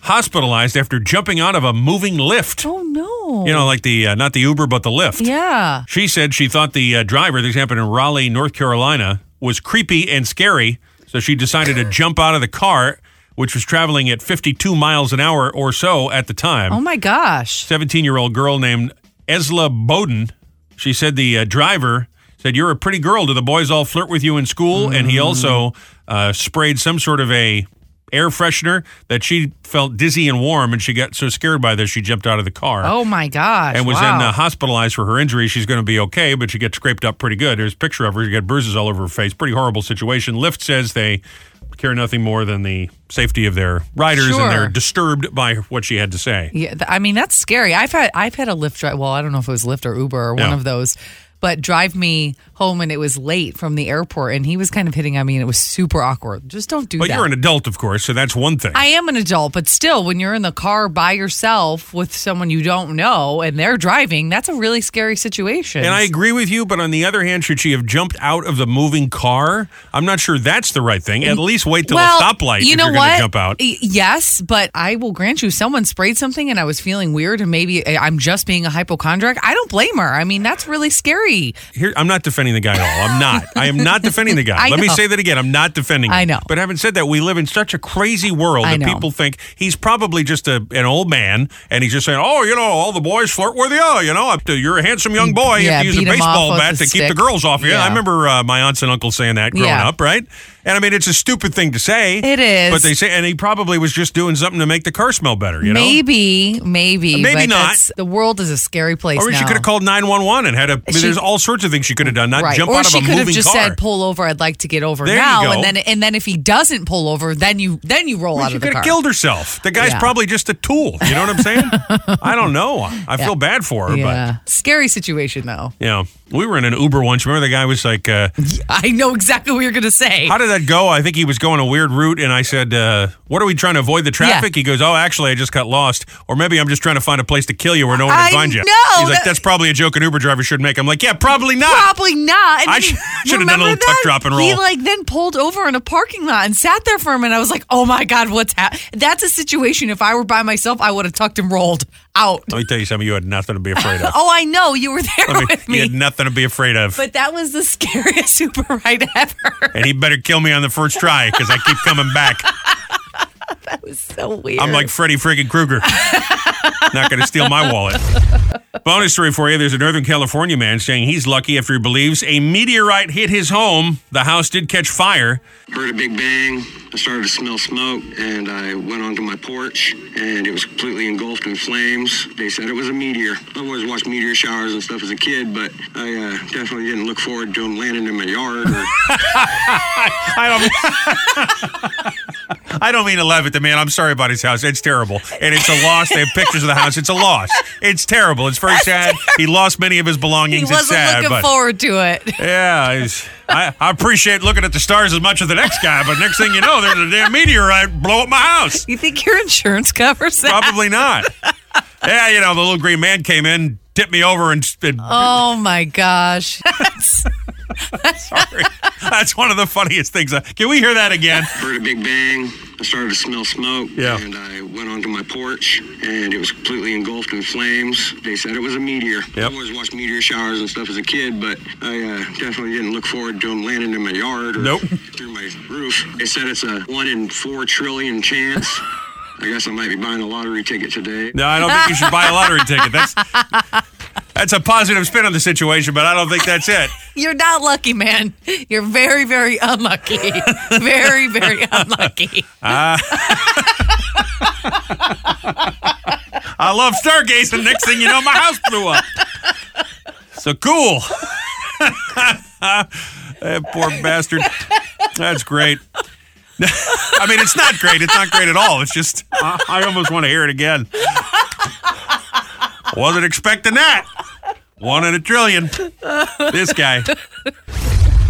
hospitalized after jumping out of a moving lift.
Oh no.
You know, like the, uh, not the Uber, but the Lyft.
yeah.
She said she thought the uh, driver, this happened in Raleigh, North Carolina, was creepy and scary, so she decided to jump out of the car, which was traveling at 52 miles an hour or so at the
Oh
time.
my gosh.
17 year old girl named Esla Bowden. She said the uh, driver said, You're a pretty girl. Do the boys all flirt with you in school? And he also
Mm-hmm.
uh, sprayed some sort of a air freshener that she felt dizzy and warm, and she got so scared by this, she jumped out of the car
Oh my gosh.
and was
wow.
then uh, hospitalized for her injury. She's going to be okay, but she gets scraped up pretty good. There's a picture of her. She got bruises all over her face. Pretty horrible situation. Lyft says they care nothing more than the safety of their riders,
Sure.
and they're disturbed by what she had to say.
Yeah, th- I mean that's scary. I've had I've had a Lyft drive. Well, I don't know if it was Lyft or Uber or one
Yeah.
of those, but drive me home and it was late from the airport and he was kind of hitting on me and it was super awkward. Just don't do
But
that.
you're an adult, of course, so that's one thing.
I am an adult, but still, when you're in the car by yourself with someone you don't know and they're driving, that's a really scary situation.
and I agree with you, but on the other hand, should she have jumped out of the moving car? I'm not sure that's the right thing. At least wait till
well,
a stoplight
You
if
know
you're
what?
to jump out.
Y- Yes, but I will grant you, someone sprayed something and I was feeling weird, and maybe I- I'm just being a hypochondriac. I don't blame her. I mean, that's really scary.
Here, I'm not defending the guy at all. I'm not. I am not defending the guy.
I
Let me
know.
say that again. I'm not defending him.
I know.
But having said that, we live in such a crazy world
I
that
know.
people think he's probably just a, an old man and he's just saying, oh, you know, all the boys flirt with you. You know, up to, you're a handsome young boy. you have
Yeah,
to use a
beat 'em
baseball
off with
bat
a
to keep the
stick."
girls off you. I
Yeah.
remember uh, my aunts and uncles saying that growing
Yeah.
up, right? And I mean, it's a stupid thing to say.
It is.
But they say, and he probably was just doing something to make the car smell better, you know?
maybe, maybe,
Maybe
but
not.
that's- The world is a scary place.
Or
now.
she could have called 911 and had a. I mean,
She-
there's all sorts of things she could have done, not
Right.
jump
or
out of
she
a
could
moving
have just
car.
said, "Pull over. I'd like to get over
There you
now."
go.
And then, and then if he doesn't pull over, then you then you roll out
she
of the
could
car.
have killed herself. The guy's
Yeah.
probably just a tool. You know what I'm saying? I don't know. I feel bad for her,
yeah, scary situation though.
but yeah, we were in an Uber once. Remember the guy was like, uh,
I know exactly what you're going to say.
"How did that go?" I think he was going a weird route, and I said, uh, "What are we trying to avoid the traffic?" He goes, "Oh, actually, I just got lost, or maybe I'm just trying to find a place to kill you where no one
I
can find you."
know,
He's like,
that-
"That's probably a joke an Uber driver should make." I'm like, "Yeah, probably not."
Probably not. And
I
then
sh-
he-
should've done a
remember
little tuck
that?
drop and
He
roll.
like then pulled over in a parking lot and sat there for a minute. I was like, oh my god, what's happening? That's a situation. If I were by myself, I would have tucked and rolled out.
Let me tell you something. You had nothing to be afraid of.
Oh, I know you were there
I mean,
with
you had
me,
nothing to be afraid of.
but that was the scariest super ride ever.
and he better kill me on the first try because I keep coming back.
It was so weird.
I'm like Freddy friggin' Krueger. Not going to steal my wallet. Bonus story for you. There's a Northern California man saying he's lucky after he believes a meteorite hit his home. The house did catch fire.
heard a big bang. I started to smell smoke, and I went onto my porch, and it was completely engulfed in flames. They said it was a meteor. I always watched meteor showers and stuff as a kid, but I uh, definitely didn't look forward to them landing in my yard. Or
I don't. I don't mean to laugh at the man. I'm sorry about his house. It's terrible, and it's a loss. They have pictures of the house. It's a loss. It's terrible. It's very sad. He lost many of his belongings. it's
He wasn't
sad,
looking
but
forward to it.
yeah, it's- I, I appreciate looking at the stars as much as the next guy. But next thing you know, there's a damn meteorite blow up my house.
You think your insurance covers that?
Probably not. Yeah, you know, the little green man came in, tipped me over, and, and
Oh my gosh.
sorry. That's one of the funniest things. Uh, Can we hear that again?
heard a big bang. I started to smell smoke,
Yeah.
and I went onto my porch, and it was completely engulfed in flames. They said it was a meteor. I
Yep.
always watched meteor showers and stuff as a kid, but I uh, definitely didn't look forward to them landing in my yard or
Nope.
through my roof. They said it's a one in four trillion chance. I guess I might be buying a lottery ticket today.
No, I don't think you should buy a lottery ticket. That's that's a positive spin on the situation, but I don't think that's it.
You're not lucky, man. You're very, very unlucky. very, very unlucky.
I love stargazing. Next thing you know, my house blew up. So cool. that poor bastard. That's great. I mean, it's not great. It's not great at all. It's just, I, I almost want to hear it again. Wasn't expecting that. One in a trillion. This guy.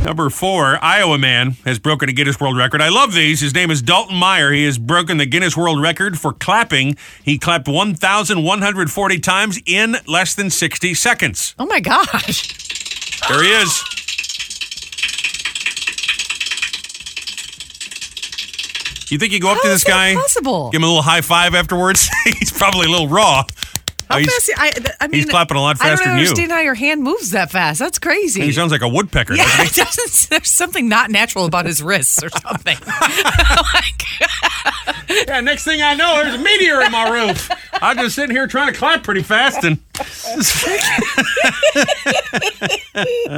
Number four, Iowa man has broken a Guinness World Record. I love these. His name is Dalton Meyer. He has broken the Guinness World Record for clapping. He clapped 1,140 times in less than 60 seconds.
Oh my gosh.
There he is. You think you go up to
How
this
is that
guy,
possible?
give him a little high five afterwards? he's probably a little raw. Oh,
How
he's-
fast? I, I mean,
he's clapping a lot faster
I
than
don't
you.
understand how your hand moves that fast. That's crazy.
He sounds like a woodpecker.
yeah,
doesn't he?
it doesn't, there's something not natural about his wrists or something. Like,
Yeah, next thing I know, there's a meteor in my roof. I'm just sitting here trying to clap pretty fast, and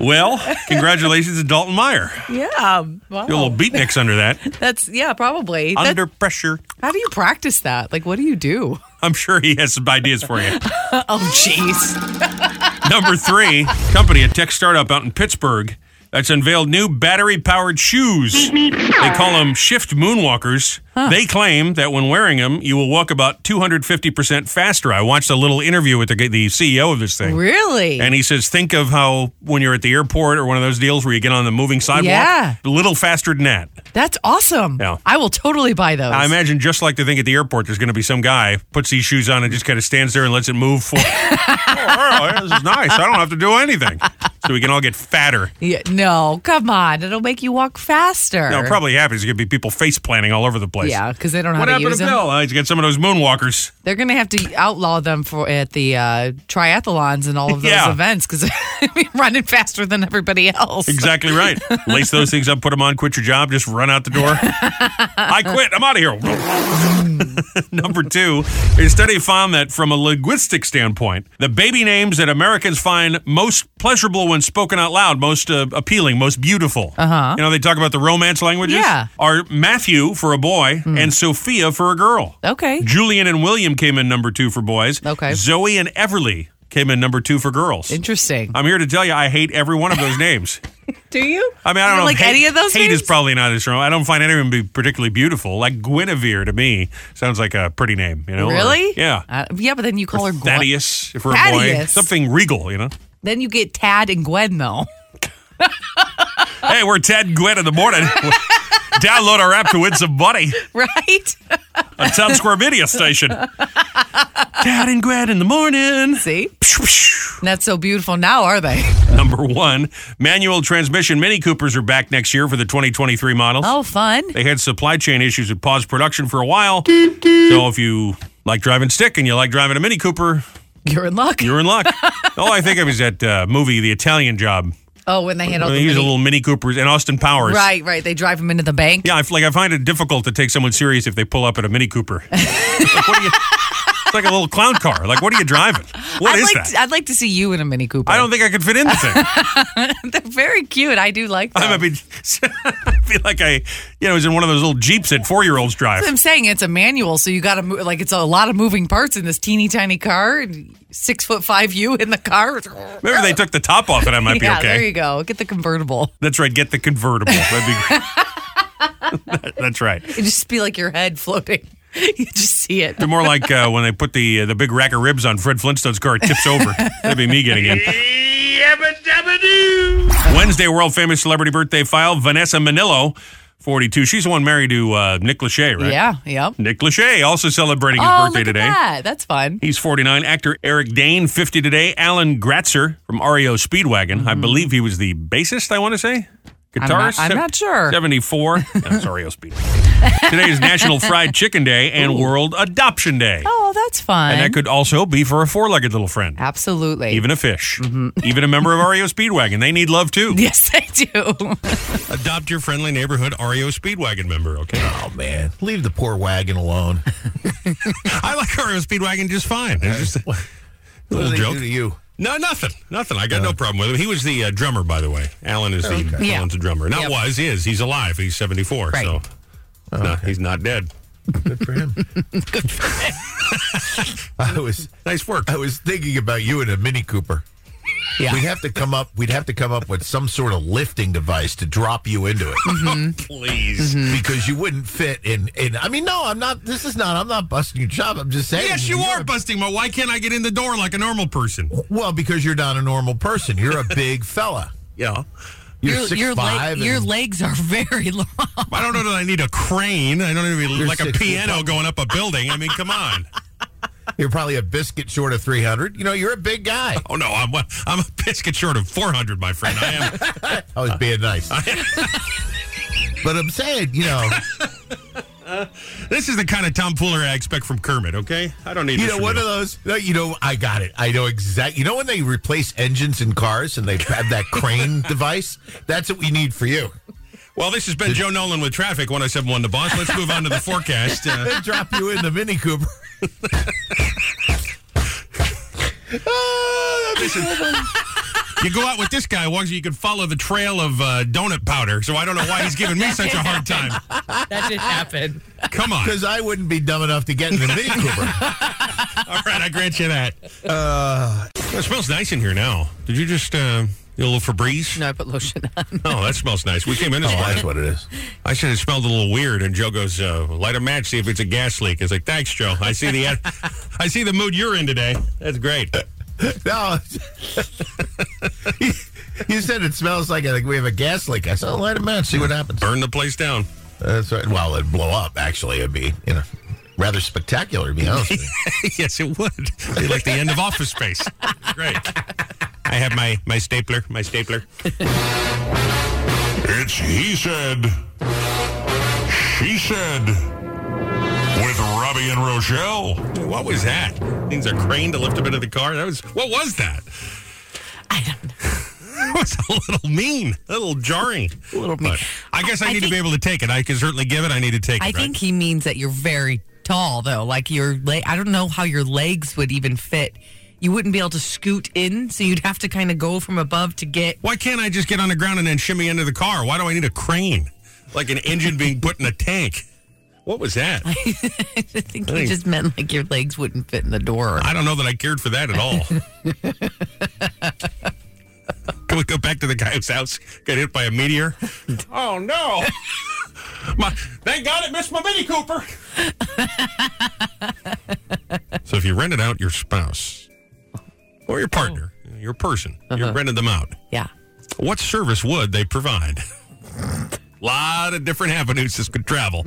well, congratulations to Dalton Meyer.
yeah, wow.
Your little beatniks under that,
that's yeah, probably. That-
under pressure.
how do you practice that? Like, what do you do?
I'm sure he has some ideas for you.
Oh, jeez.
Number three, company, a tech startup out in Pittsburgh, that's unveiled new battery powered shoes. They call them shift moonwalkers. They claim that when wearing them, you will walk about 250% faster. I watched a little interview with the, the CEO of this thing.
Really?
And he says, think of how when you're at the airport or one of those deals where you get on the moving sidewalk,
Yeah.
a little faster than that.
That's awesome.
Yeah.
I will totally buy those.
I imagine just like the thing at the airport, there's going to be some guy puts these shoes on and just kind of stands there and lets it move forward. oh, wow, this is nice. I don't have to do anything. So we can all get fatter.
Yeah, no, come on. It'll make you walk faster.
No, it probably happens. There's going to be people face planting all over the place.
Yeah, because they don't know
What
how to
happened
use
to
them.
Bill? Uh, he's got some of those moonwalkers.
They're going to have to outlaw them for at the uh, triathlons and all of those
Yeah.
events because they're running faster than everybody else.
Exactly right. Lace those things up, put them on, quit your job, just run out the door. I quit. I'm out of here. Number two, a study found that from a linguistic standpoint, the baby names that Americans find most pleasurable when spoken out loud, most uh, appealing, most beautiful. Uh-huh. You know, they talk about the romance languages.
Yeah. Hmm.
Are Matthew for a boy and Sophia for a girl.
Okay.
Julian and William came in number two for boys.
Okay.
Zoe and Everly came in number two for girls.
Interesting.
I'm here to tell you, I hate every one of those names.
Do you?
I mean, I don't
You
know.
like
hate,
any of those
Hate
names?
is probably not as strong. I don't find anyone to be particularly beautiful. Like Guinevere to me sounds like a pretty name, you know? or-
Really?
yeah.
Uh, yeah, but then you call her Gwen.
Thaddeus, if we're a boy.
Thaddeus?
Something regal, you know?
Then you get Tad and Gwen, though. Uh.
hey, we're Ted and Gwen in the morning. Download our app to win some money
Right?
on Town Square Media Station. Dad and Gwen in the morning.
See? Not so beautiful now, are they?
Number one, manual transmission Mini Coopers are back next year for the 2023 models.
Oh, fun.
They had supply chain issues that paused production for a while. So if you like driving stick and you like driving a Mini Cooper,
You're in luck.
you're in luck. All I think of is that uh, movie, The Italian Job.
oh, when they handle
They
the
use a
mini-
little Mini Coopers and Austin Powers.
Right, right. They drive him into the bank.
Yeah, I f like I find it difficult to take someone serious if they pull up at a Mini Cooper. Like, what are you- It's like a little clown car. Like, what are you driving? What
I'd
is
like uh,
that?
To, I'd like to see you in a Mini Cooper.
I don't think I could fit in the thing.
They're very cute. I do like them.
I mean, I feel like I, you know, was in one of those little jeeps that four year olds drive.
I'm saying it's a manual, so you got to move. Like it's a lot of moving parts in this teeny tiny car. And six foot five you in the car.
Maybe they took the top off, and I might
yeah,
be
there
okay.
you go. Get the convertible.
That's right. Get the convertible. That'd be. That's right.
It'd just be like your head floating. You just see it.
Be more like uh, when they put the uh, the big rack of ribs on Fred Flintstone's car. It tips over. That'd be me getting in. Wednesday, world famous celebrity birthday file. Vanessa Manillo, forty two. She's the one married to uh, Nick Lachey, right?
Yeah. Yep.
Nick Lachey also celebrating his
oh,
birthday
look
today.
At that. That's fun.
He's 49. Actor Eric Dane, 50 today. Alan Gratzer from REO Speedwagon. I believe he was the bassist, I want to say.
Mm-hmm. I'm not-
Guitarist?
I'm
Sev-
not sure.
74. That's REO E Speedwagon. Today is National Fried Chicken Day and World Adoption Day.
Oh, that's fun.
And that could also be for a four legged little friend,
Absolutely.
even a fish,
Mm-hmm.
even a member of REO Speedwagon. They need love too.
yes, I do.
Adopt your friendly neighborhood REO Speedwagon member, okay?
Oh man, leave the poor wagon alone.
I like REO Speedwagon just fine. It's just a
What do
little
they
joke.
do to you?
No, nothing, nothing. I got no problem with him. He was the uh, drummer, by the way. Alan is the
Yeah.
Alan's a drummer. Not
Yep.
was is. He's alive. He's seventy four.
Right.
So
Oh,
no, he's not dead.
Good for him. I was
Nice work.
I was thinking about you in a Mini Cooper.
Yeah.
We'd have to come up. We'd have to come up with some sort of lifting device to drop you into it
Please.
because you wouldn't fit in. In I mean, no, I'm not. This is not. I'm not busting your job. I'm just saying.
Yes, you
you're
are
a-
busting my. Why can't I get in the door like a normal person?
Well, because you're not a normal person. You're a big fella.
Yeah.
You're
your,
six
your, leg-
five. and-
your legs are very long.
I don't know that I need a crane. I don't even
You're
like a
six feet
piano going up a building. I mean, come on.
you're probably a biscuit short of 300. You know, you're a big guy.
Oh no, I'm I'm a biscuit short of four hundred, my friend. I am.
I was being nice. but I'm saying, you know,
this is the kind of tomfoolery I expect from Kermit. Okay, I don't need.
you
this
know,
from
one
you.
of those. No, you know, I got it. I know exactly. You know, when they replace engines in cars and they have that crane device, that's what we need for you.
Well, this has been Joe Nolan with Traffic 1071 The Boss. Let's move on to the forecast. Uh,
They drop you in the Mini Cooper. Oh, that'd be so funny.
you go out with this guy, walks, you can follow the trail of uh, donut powder. So I don't know why he's giving me such a hard time.
that did happen.
Come on.
Because I wouldn't be dumb enough to get in the Mini Cooper.
All right, I grant you that. Uh, it smells nice in here now. Did you just uh, get a little Febreze?
No, I put lotion on.
Oh, that smells nice. We came in this
Oh,
morning.
that's what it is.
I said it smelled a little weird, and Joe goes, uh, "Light a match, see if it's a gas leak." It's like, "Thanks, Joe. I see the, I see the mood you're in today. That's great."
No. you said it smells like, like we have a gas leak. I said, light a match, see what happens.
Burn the place down.
That's right. Well, it'd blow up, actually. It'd be, you know, rather spectacular, to be honest with you.
yes, it would. Be like the end of Office Space. Great. I have my my stapler. My stapler.
It's He Said, She Said, with Robbie and Rochelle.
What was that? Things are crane to lift him into the car. That was what was that?
I don't know.
That was a little mean, a little jarring. A little mean. I guess I,
I
need to
think-
be able to take it. I can certainly give it. I need to take it.
I
right?
think he means that you're very tall, though. Like your leg, I don't know how your legs would even fit. You wouldn't be able to scoot in, so you'd have to kind of go from above to get.
Why can't I just get on the ground and then shimmy into the car? Why do I need a crane? Like an engine being put in a tank. What was that?
I think he just meant like your legs wouldn't fit in the door.
I don't know that I cared for that at all. Can we go back to the guy whose house got hit by a meteor? oh no! my, thank God it missed my Mini Cooper. so if you rented out your spouse or your partner, your person, you rented them out.
Yeah.
What service would they provide? lot of different avenues this could travel.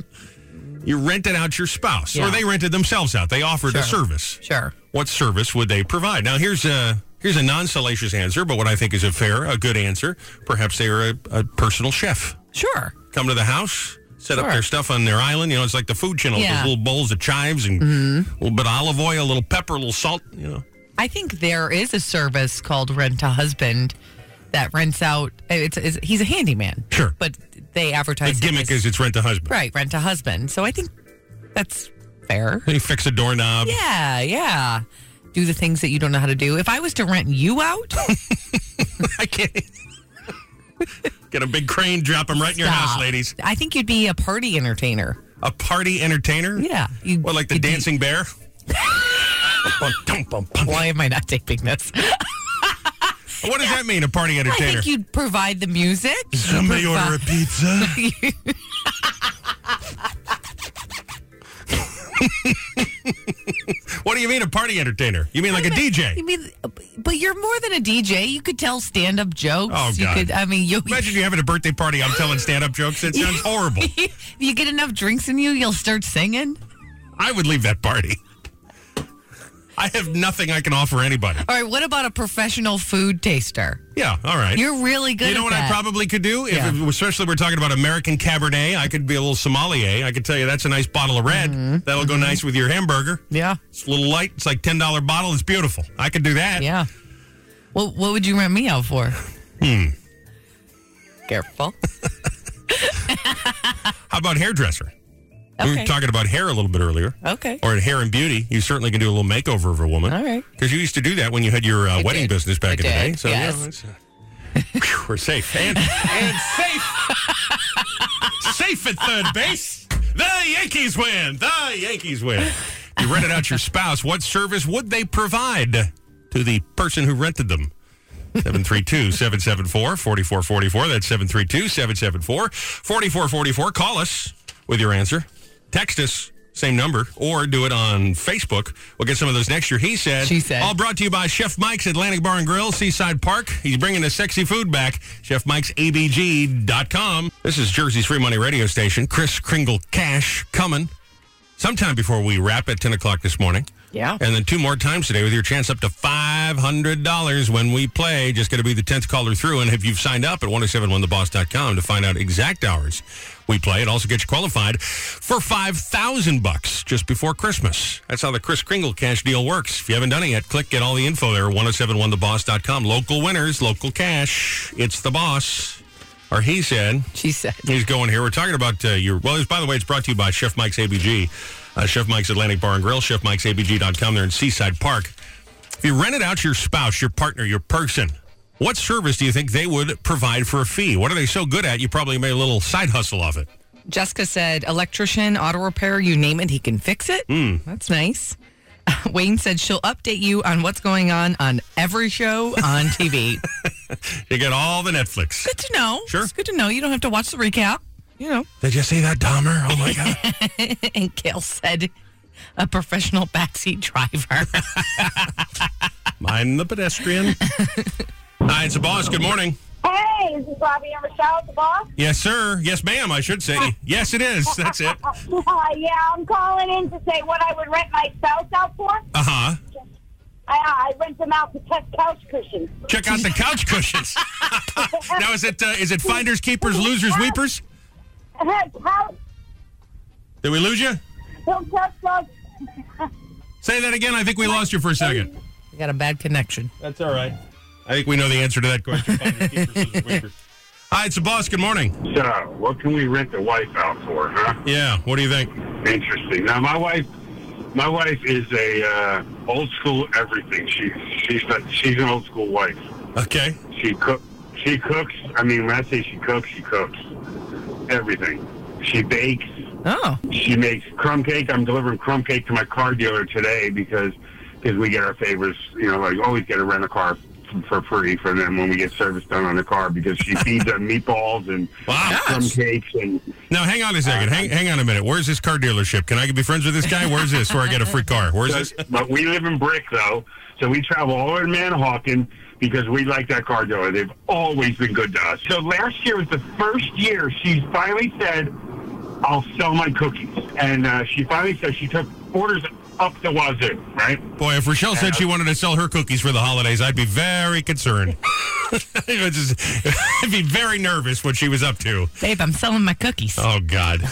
You rented out your spouse, or
Yeah.
they rented themselves out. They offered a service
Sure.
what service would they provide? Now, here's a here's a non-salacious answer, but what I think is a fair, a good answer. Perhaps they are a, a personal chef.
Sure.
Come to the house, set up
Sure.
their stuff on their island. You know, it's like the food channel. with
Yeah. Mm-hmm.
Those little bowls of chives and a little bit of olive oil, a little pepper, a little salt. You know,
I think there is a service called Rent a Husband that rents out. It's, it's he's a handyman.
Sure.
but they
the
advertise it
gimmick
as-
is it's rent a husband.
right rent a husband. So I think that's fair.
You fix a doorknob.
Yeah, yeah. Do the things that you don't know how to do. If I was to rent you out,
I can't. Get a big crane, drop him right in your house,
stop.
ladies.
I think you'd be a party entertainer.
A party entertainer?
Yeah. You,
What, like the
you'd be-
dancing bear? Bum, dum, bum, bum.
Why am I not taping this?
what does that mean, a party
I
entertainer?
think you'd provide the music.
Somebody order a pizza. what do you mean, a party entertainer? You mean like a
You
DJ?
mean, but you're more than a DJ. You could tell stand-up jokes.
Oh,
You
God.
could, I mean, you
Imagine you having a birthday party. I'm telling stand-up jokes. It sounds horrible.
you get enough drinks in you, you'll start singing.
I would leave that party. I have nothing I can offer anybody.
All right, what about a professional food taster?
Yeah, all right.
You're really good.
You know
at
what
that.
I probably could do? If,
Yeah.
if- especially we're talking about American Cabernet, I could be a little sommelier. I could tell you that's a nice bottle of red.
Mm-hmm.
That'll go nice with your hamburger.
Yeah,
It's a little light. It's like ten dollar bottle. It's beautiful. I could do that.
yeah. Well, what would you rent me out for? Hmm. Careful.
How about hairdresser? We were
Okay.
talking about hair a little bit earlier.
Okay.
Or hair and beauty. You certainly can do a little makeover of a woman.
All right.
Because you used to do that when you had your uh, wedding
did.
business back
I
in the day.
did,
So
yes.
yeah, it's, uh, phew, we're safe and and safe. safe at third base. The Yankees win. The Yankees win. You rented out your spouse. What service would they provide to the person who rented them? 732-774-4444. That's 732-774-4444. Call us with your answer. Text us, same number, or do it on Facebook. We'll get some of those next year. He said.
She said.
All brought to you by Chef Mike's Atlantic Bar and Grill, Seaside Park. He's bringing the sexy food back. Chef Mike's ABG.com. This is Jersey's Free Money Radio Station. Chris Kringle Cash coming sometime before we wrap at 10 o'clock this morning.
Yeah.
And then two more times today with your chance up to $500 when we play. Just going to be the 10th caller through. And if you've signed up at 1071theboss.com to find out exact hours we play, it also gets you qualified for 5000 bucks just before Christmas. That's how the Chris Kringle cash deal works. If you haven't done it yet, click, get all the info there, 1071theboss.com. Local winners, local cash. It's the boss. Or he said.
She said.
He's going here. We're talking about uh, your. Well, it's, by the way, it's brought to you by Chef Mike's ABG, uh, Chef Mike's Atlantic Bar and Grill, Chef Mike's ABG.com. They're in Seaside Park. If you rented out your spouse, your partner, your person, what service do you think they would provide for a fee? What are they so good at? You probably made a little side hustle of it.
Jessica said, electrician, auto repair, you name it, he can fix it.
Hmm.
That's nice. Wayne said she'll update you on what's going on on every show on TV.
You get all the Netflix.
good to know.
Sure.
It's good to know. You don't have to watch the recap. You know.
Did you see that, Dahmer? Oh my god!
And Gail said, a professional backseat driver.
Mind the pedestrian. Hi, it's the boss. Good morning.
Hey, is this Robbie and Rochelle at the boss?
Yes, sir. Yes, ma'am. I should say. Yes, it is. That's it. Uh
Uh, yeah, I'm calling in to say what I would rent my spouse out for.
huh.
I, I rent them out to test couch cushions.
Check out the couch cushions. now is it uh, is it finders keepers losers weepers?
couch,
Did we lose you?
don't touch those.
Say that again. I think we lost you for a second.
you got a bad connection.
That's all right. I think we know the answer to that question. Finders, keepers, losers, weepers. Hi, it's the boss. Good morning.
So, what can we rent the wife out for, huh?
Yeah. What do you think?
Interesting. Now, my wife, my wife is a uh, old school everything. She she's not, she's an old school wife.
Okay.
She cook she cooks. I mean, when I say she cooks, she cooks everything. She bakes.
Oh.
She makes crumb cake. I'm delivering crumb cake to my car dealer today because because we get our favors. You know, like always get to rent a car f- for free for them when we get service done on the car because she feeds them meatballs and
Wow.
crumb cakes and
Now hang on a second. Hang hang on a minute. Where's this car dealership? Can I be friends with this guy? Where's this? Where I get a free car? Where's this?
but we live in Brick though, so we travel all over to Manhawkin because we like that car dealer. They've always been good to us. So last year was the first year she finally said, "I'll sell my cookies," and uh, she finally said she took orders up the wazoo. Right?
Boy, if Rochelle said she wanted to sell her cookies for the holidays, I'd be very concerned. I'd just- I'd be very nervous what she was up to.
Babe, I'm selling my cookies.
Oh, God.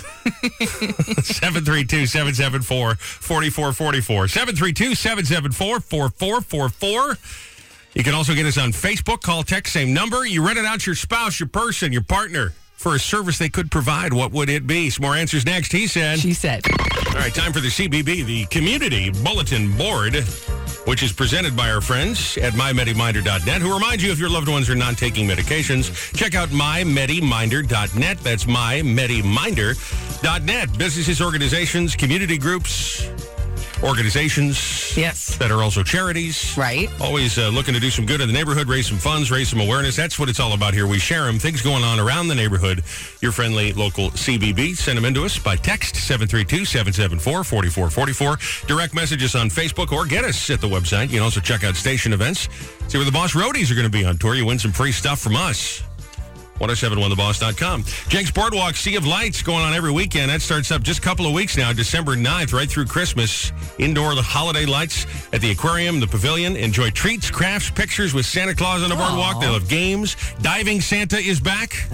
732 774 4444. 732 774 4444. You can also get us on Facebook, call text, same number. You rented out your spouse, your person, your partner, for a service they could provide, what would it be? Some more answers next, he said.
She said.
All right, time for the CBB, the Community Bulletin Board, which is presented by our friends at MyMediMinder.net, who remind you if your loved ones are not taking medications, check out MyMediMinder.net. That's MyMediMinder.net. Businesses, organizations, community groups, organizations
yes
that are also charities
right
always uh, looking to do some good in the neighborhood raise some funds raise some awareness that's what it's all about here we share them things going on around the neighborhood your friendly local cbb send them in to us by text 732-774-4444 direct messages on facebook or get us at the website you can also check out station events see where the boss roadies are going to be on tour you win some free stuff from us 1071theboss.com. Jenks Boardwalk Sea of Lights going on every weekend. That starts up just a couple of weeks now, December 9th, right through Christmas. Indoor holiday lights at the aquarium, the pavilion. Enjoy treats, crafts, pictures with Santa Claus on the boardwalk. They'll have games. Diving Santa is back.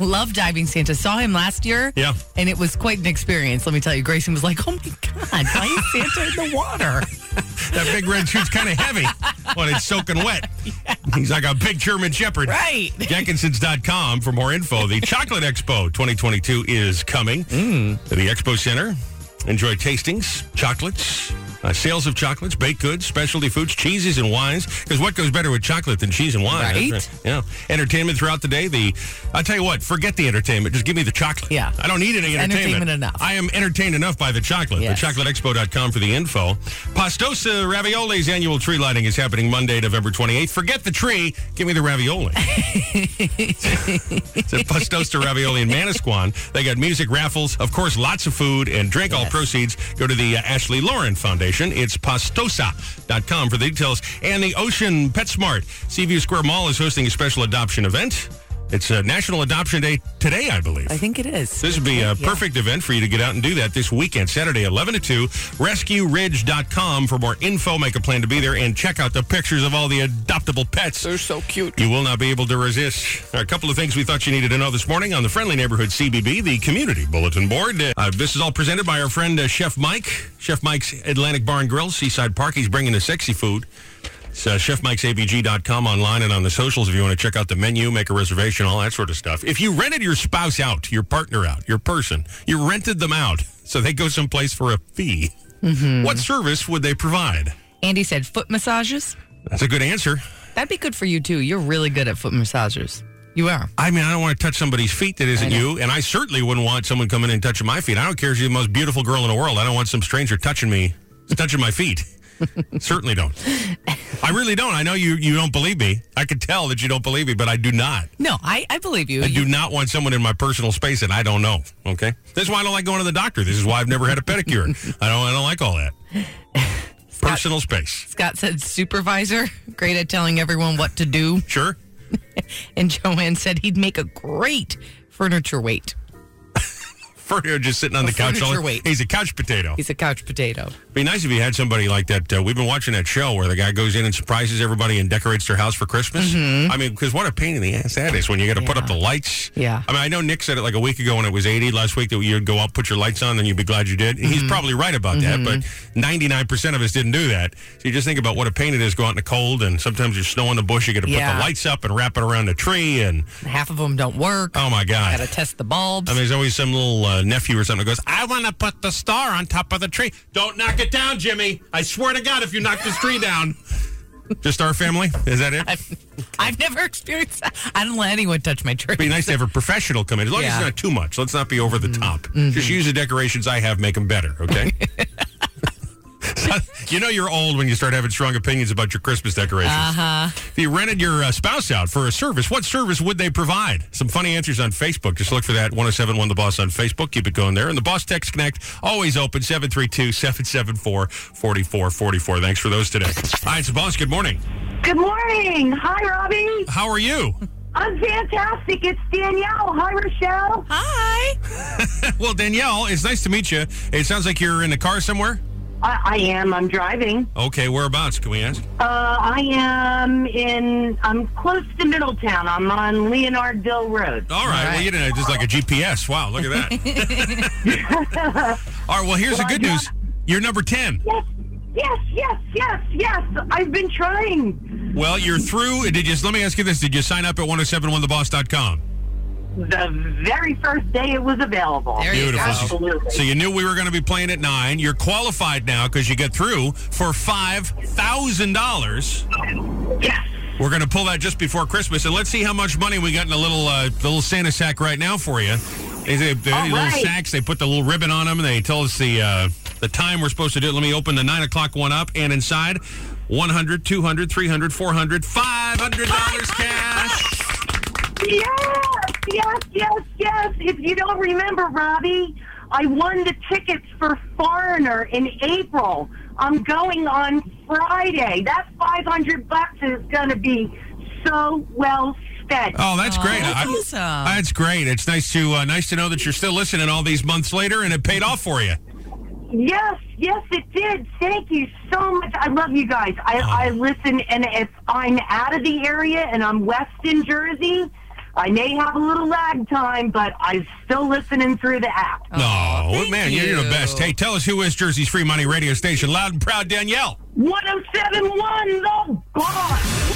Love diving Santa. Saw him last year.
Yeah.
And it was quite an experience. Let me tell you, Grayson was like, oh my God, why is Santa in the water?
that big red suit's kind of heavy when it's soaking wet. He's like a big German Shepherd.
Right.
Jenkinsons.com for more info. The Chocolate Expo 2022 is coming
Mm.
to the Expo Center. Enjoy tastings, chocolates, uh, sales of chocolates, baked goods, specialty foods, cheeses, and wines. Because what goes better with chocolate than cheese and wine? That's
Right.
Yeah. Entertainment throughout the day. The I tell you what, forget the entertainment. Just give me the chocolate.
Yeah.
I don't need any
It's
entertainment.
entertainment enough.
I am entertained enough by the chocolate.
Yes.
The ChocolateExpo.com for the info. Pastosa Ravioli's annual tree lighting is happening Monday, November 28th. Forget the tree. Give me the ravioli. it's at Pastosa Ravioli in Manasquan. They got music raffles, of course, lots of food and drink. All proceeds go to the uh, Ashley Lauren Foundation. It's pastosa.com for the details. And the Ocean PetSmart Seaview Square Mall is hosting a special adoption event. It's uh, National Adoption Day today, I believe.
I think it is.
This would be a
Yeah.
perfect event for you to get out and do that this weekend, Saturday, 11 to 2. RescueRidge.com for more info. Make a plan to be there and check out the pictures of all the adoptable pets. They're so cute. You will not be able to resist. A couple of things we thought you needed to know this morning on the Friendly Neighborhood CBB, the Community Bulletin Board. Uh, this is all presented by our friend uh, Chef Mike. Chef Mike's Atlantic Bar and Grill, Seaside Park. He's bringing the sexy food. It's uh, chefmikesabg.com online and on the socials if you want to check out the menu, make a reservation, all that sort of stuff. If you rented your spouse out, your partner out, your person, you rented them out so they go someplace for a fee, what service would they provide?
Andy said foot massages.
That's a good answer.
That'd be good for you too. You're really good at foot massages. You are.
I mean, I don't want to touch somebody's feet that isn't you, and I certainly wouldn't want someone coming in and touching my feet. I don't care if you're the most beautiful girl in the world. I don't want some stranger touching me, touching my feet. certainly don't. I really don't. I know you, you don't believe me. I could tell that you don't believe me, but I do not.
No, I, I believe you.
I do
You-
not want someone in my personal space that I don't know. Okay, this is why I don't like going to the doctor. This is why I've never had a pedicure. I don't. I don't like all that personal space.
Scott said supervisor. Great at telling everyone what to do.
Sure.
And Joanne said he'd make a great furniture weight.
Furnier just sitting on
A
the couch. All
furniture weight.
He's a couch potato.
He's a couch potato.
Be nice if you had somebody like that. Uh, we've been watching that show where the guy goes in and surprises everybody and decorates their house for Christmas. I mean, because what a pain in the ass that is when you got to put up the lights.
Mm-hmm. Yeah.
I mean, I know Nick said it like a week ago when it was 80 last week that you'd go out, put your lights on, then you'd be glad you did. And
Mm-hmm.
He's probably right about that, but 99% of us didn't do that. So you just think about what a pain it is go out in the cold and sometimes there's snow in the bush. You got to put
Yeah.
the lights up and wrap it around a tree. And
Half of them don't work.
oh my God.
Gotta test the bulbs.
I mean, there's always some little uh, nephew or something that goes, I want to put the star on top of the tree. Don't knock it down, Jimmy. I swear to God, if you knock this tree down. Just our family? Is that it? It'd
I've never experienced that. I don't let anyone touch my tree.
be nice to have a professional come in. As long as
Yeah.
it's not too much. Let's not be over the top. Just use the decorations I have, make them better, okay? you know you're old when you start having strong opinions about your Christmas decorations. Uh-huh. If you rented your uh, spouse out for a service, what service would they provide? Some funny answers on Facebook. Just look for that 1071 The Boss on Facebook. Keep it going there. And the Boss Text Connect, always open 732 774 4444. Thanks for those today. Hi, it's the Boss. Good morning.
Good morning. Hi, Robbie.
How are you?
I'm fantastic. It's Danielle. Hi, Rochelle.
Hi.
well, Danielle, it's nice to meet you. It sounds like you're in the car somewhere.
I, I am. I'm driving.
Okay, whereabouts? Can we ask?
Uh, I am in. I'm close to Middletown. I'm on Leonardville Road.
All right. Well, you didn't. Just like a GPS. Wow, look at that. All right. Well, here's the good news. You're number ten.
Yes, yes, yes, yes, yes. I've been trying.
oh Well, you're through. Did you? Let me ask you this. Did you sign up at 1071theboss.com?
the very first day it was available.
Beautiful.
Absolutely.
So you knew we were going to be playing at nine. You're qualified now because you get through for five thousand dollars.
Yes.
We're going to pull that just before Christmas, and let's see how much money we got in a little uh, little Santa sack right now for you. They, they, they
All
little
right.
sacks. They put the little ribbon on them. And they tell us the uh, the time we're supposed to do. it. Let me open the nine o'clock one up, and inside. 100, 200, 300, 400, 500 dollars cash.
Yes, yes, yes, yes. If you don't remember, Robbie, I won the tickets for Foreigner in April. I'm going on Friday. That 500 bucks is going to be so well spent.
Oh, that's great.
that's
I-
awesome.
That's great. It's nice to uh, nice to know that you're still listening all these months later, and it paid off for you.
Yes, yes, it did. Thank you so much. I love you guys. I, I listen, and if I'm out of the area and I'm Weston, Jersey, I may have a little lag time, but I'm still listening through the app.
No,
Oh, thank
man, you're the
you.
best. Hey, tell us who is Jersey's Free Money Radio Station. Loud and proud, Danielle.
1071, the boss.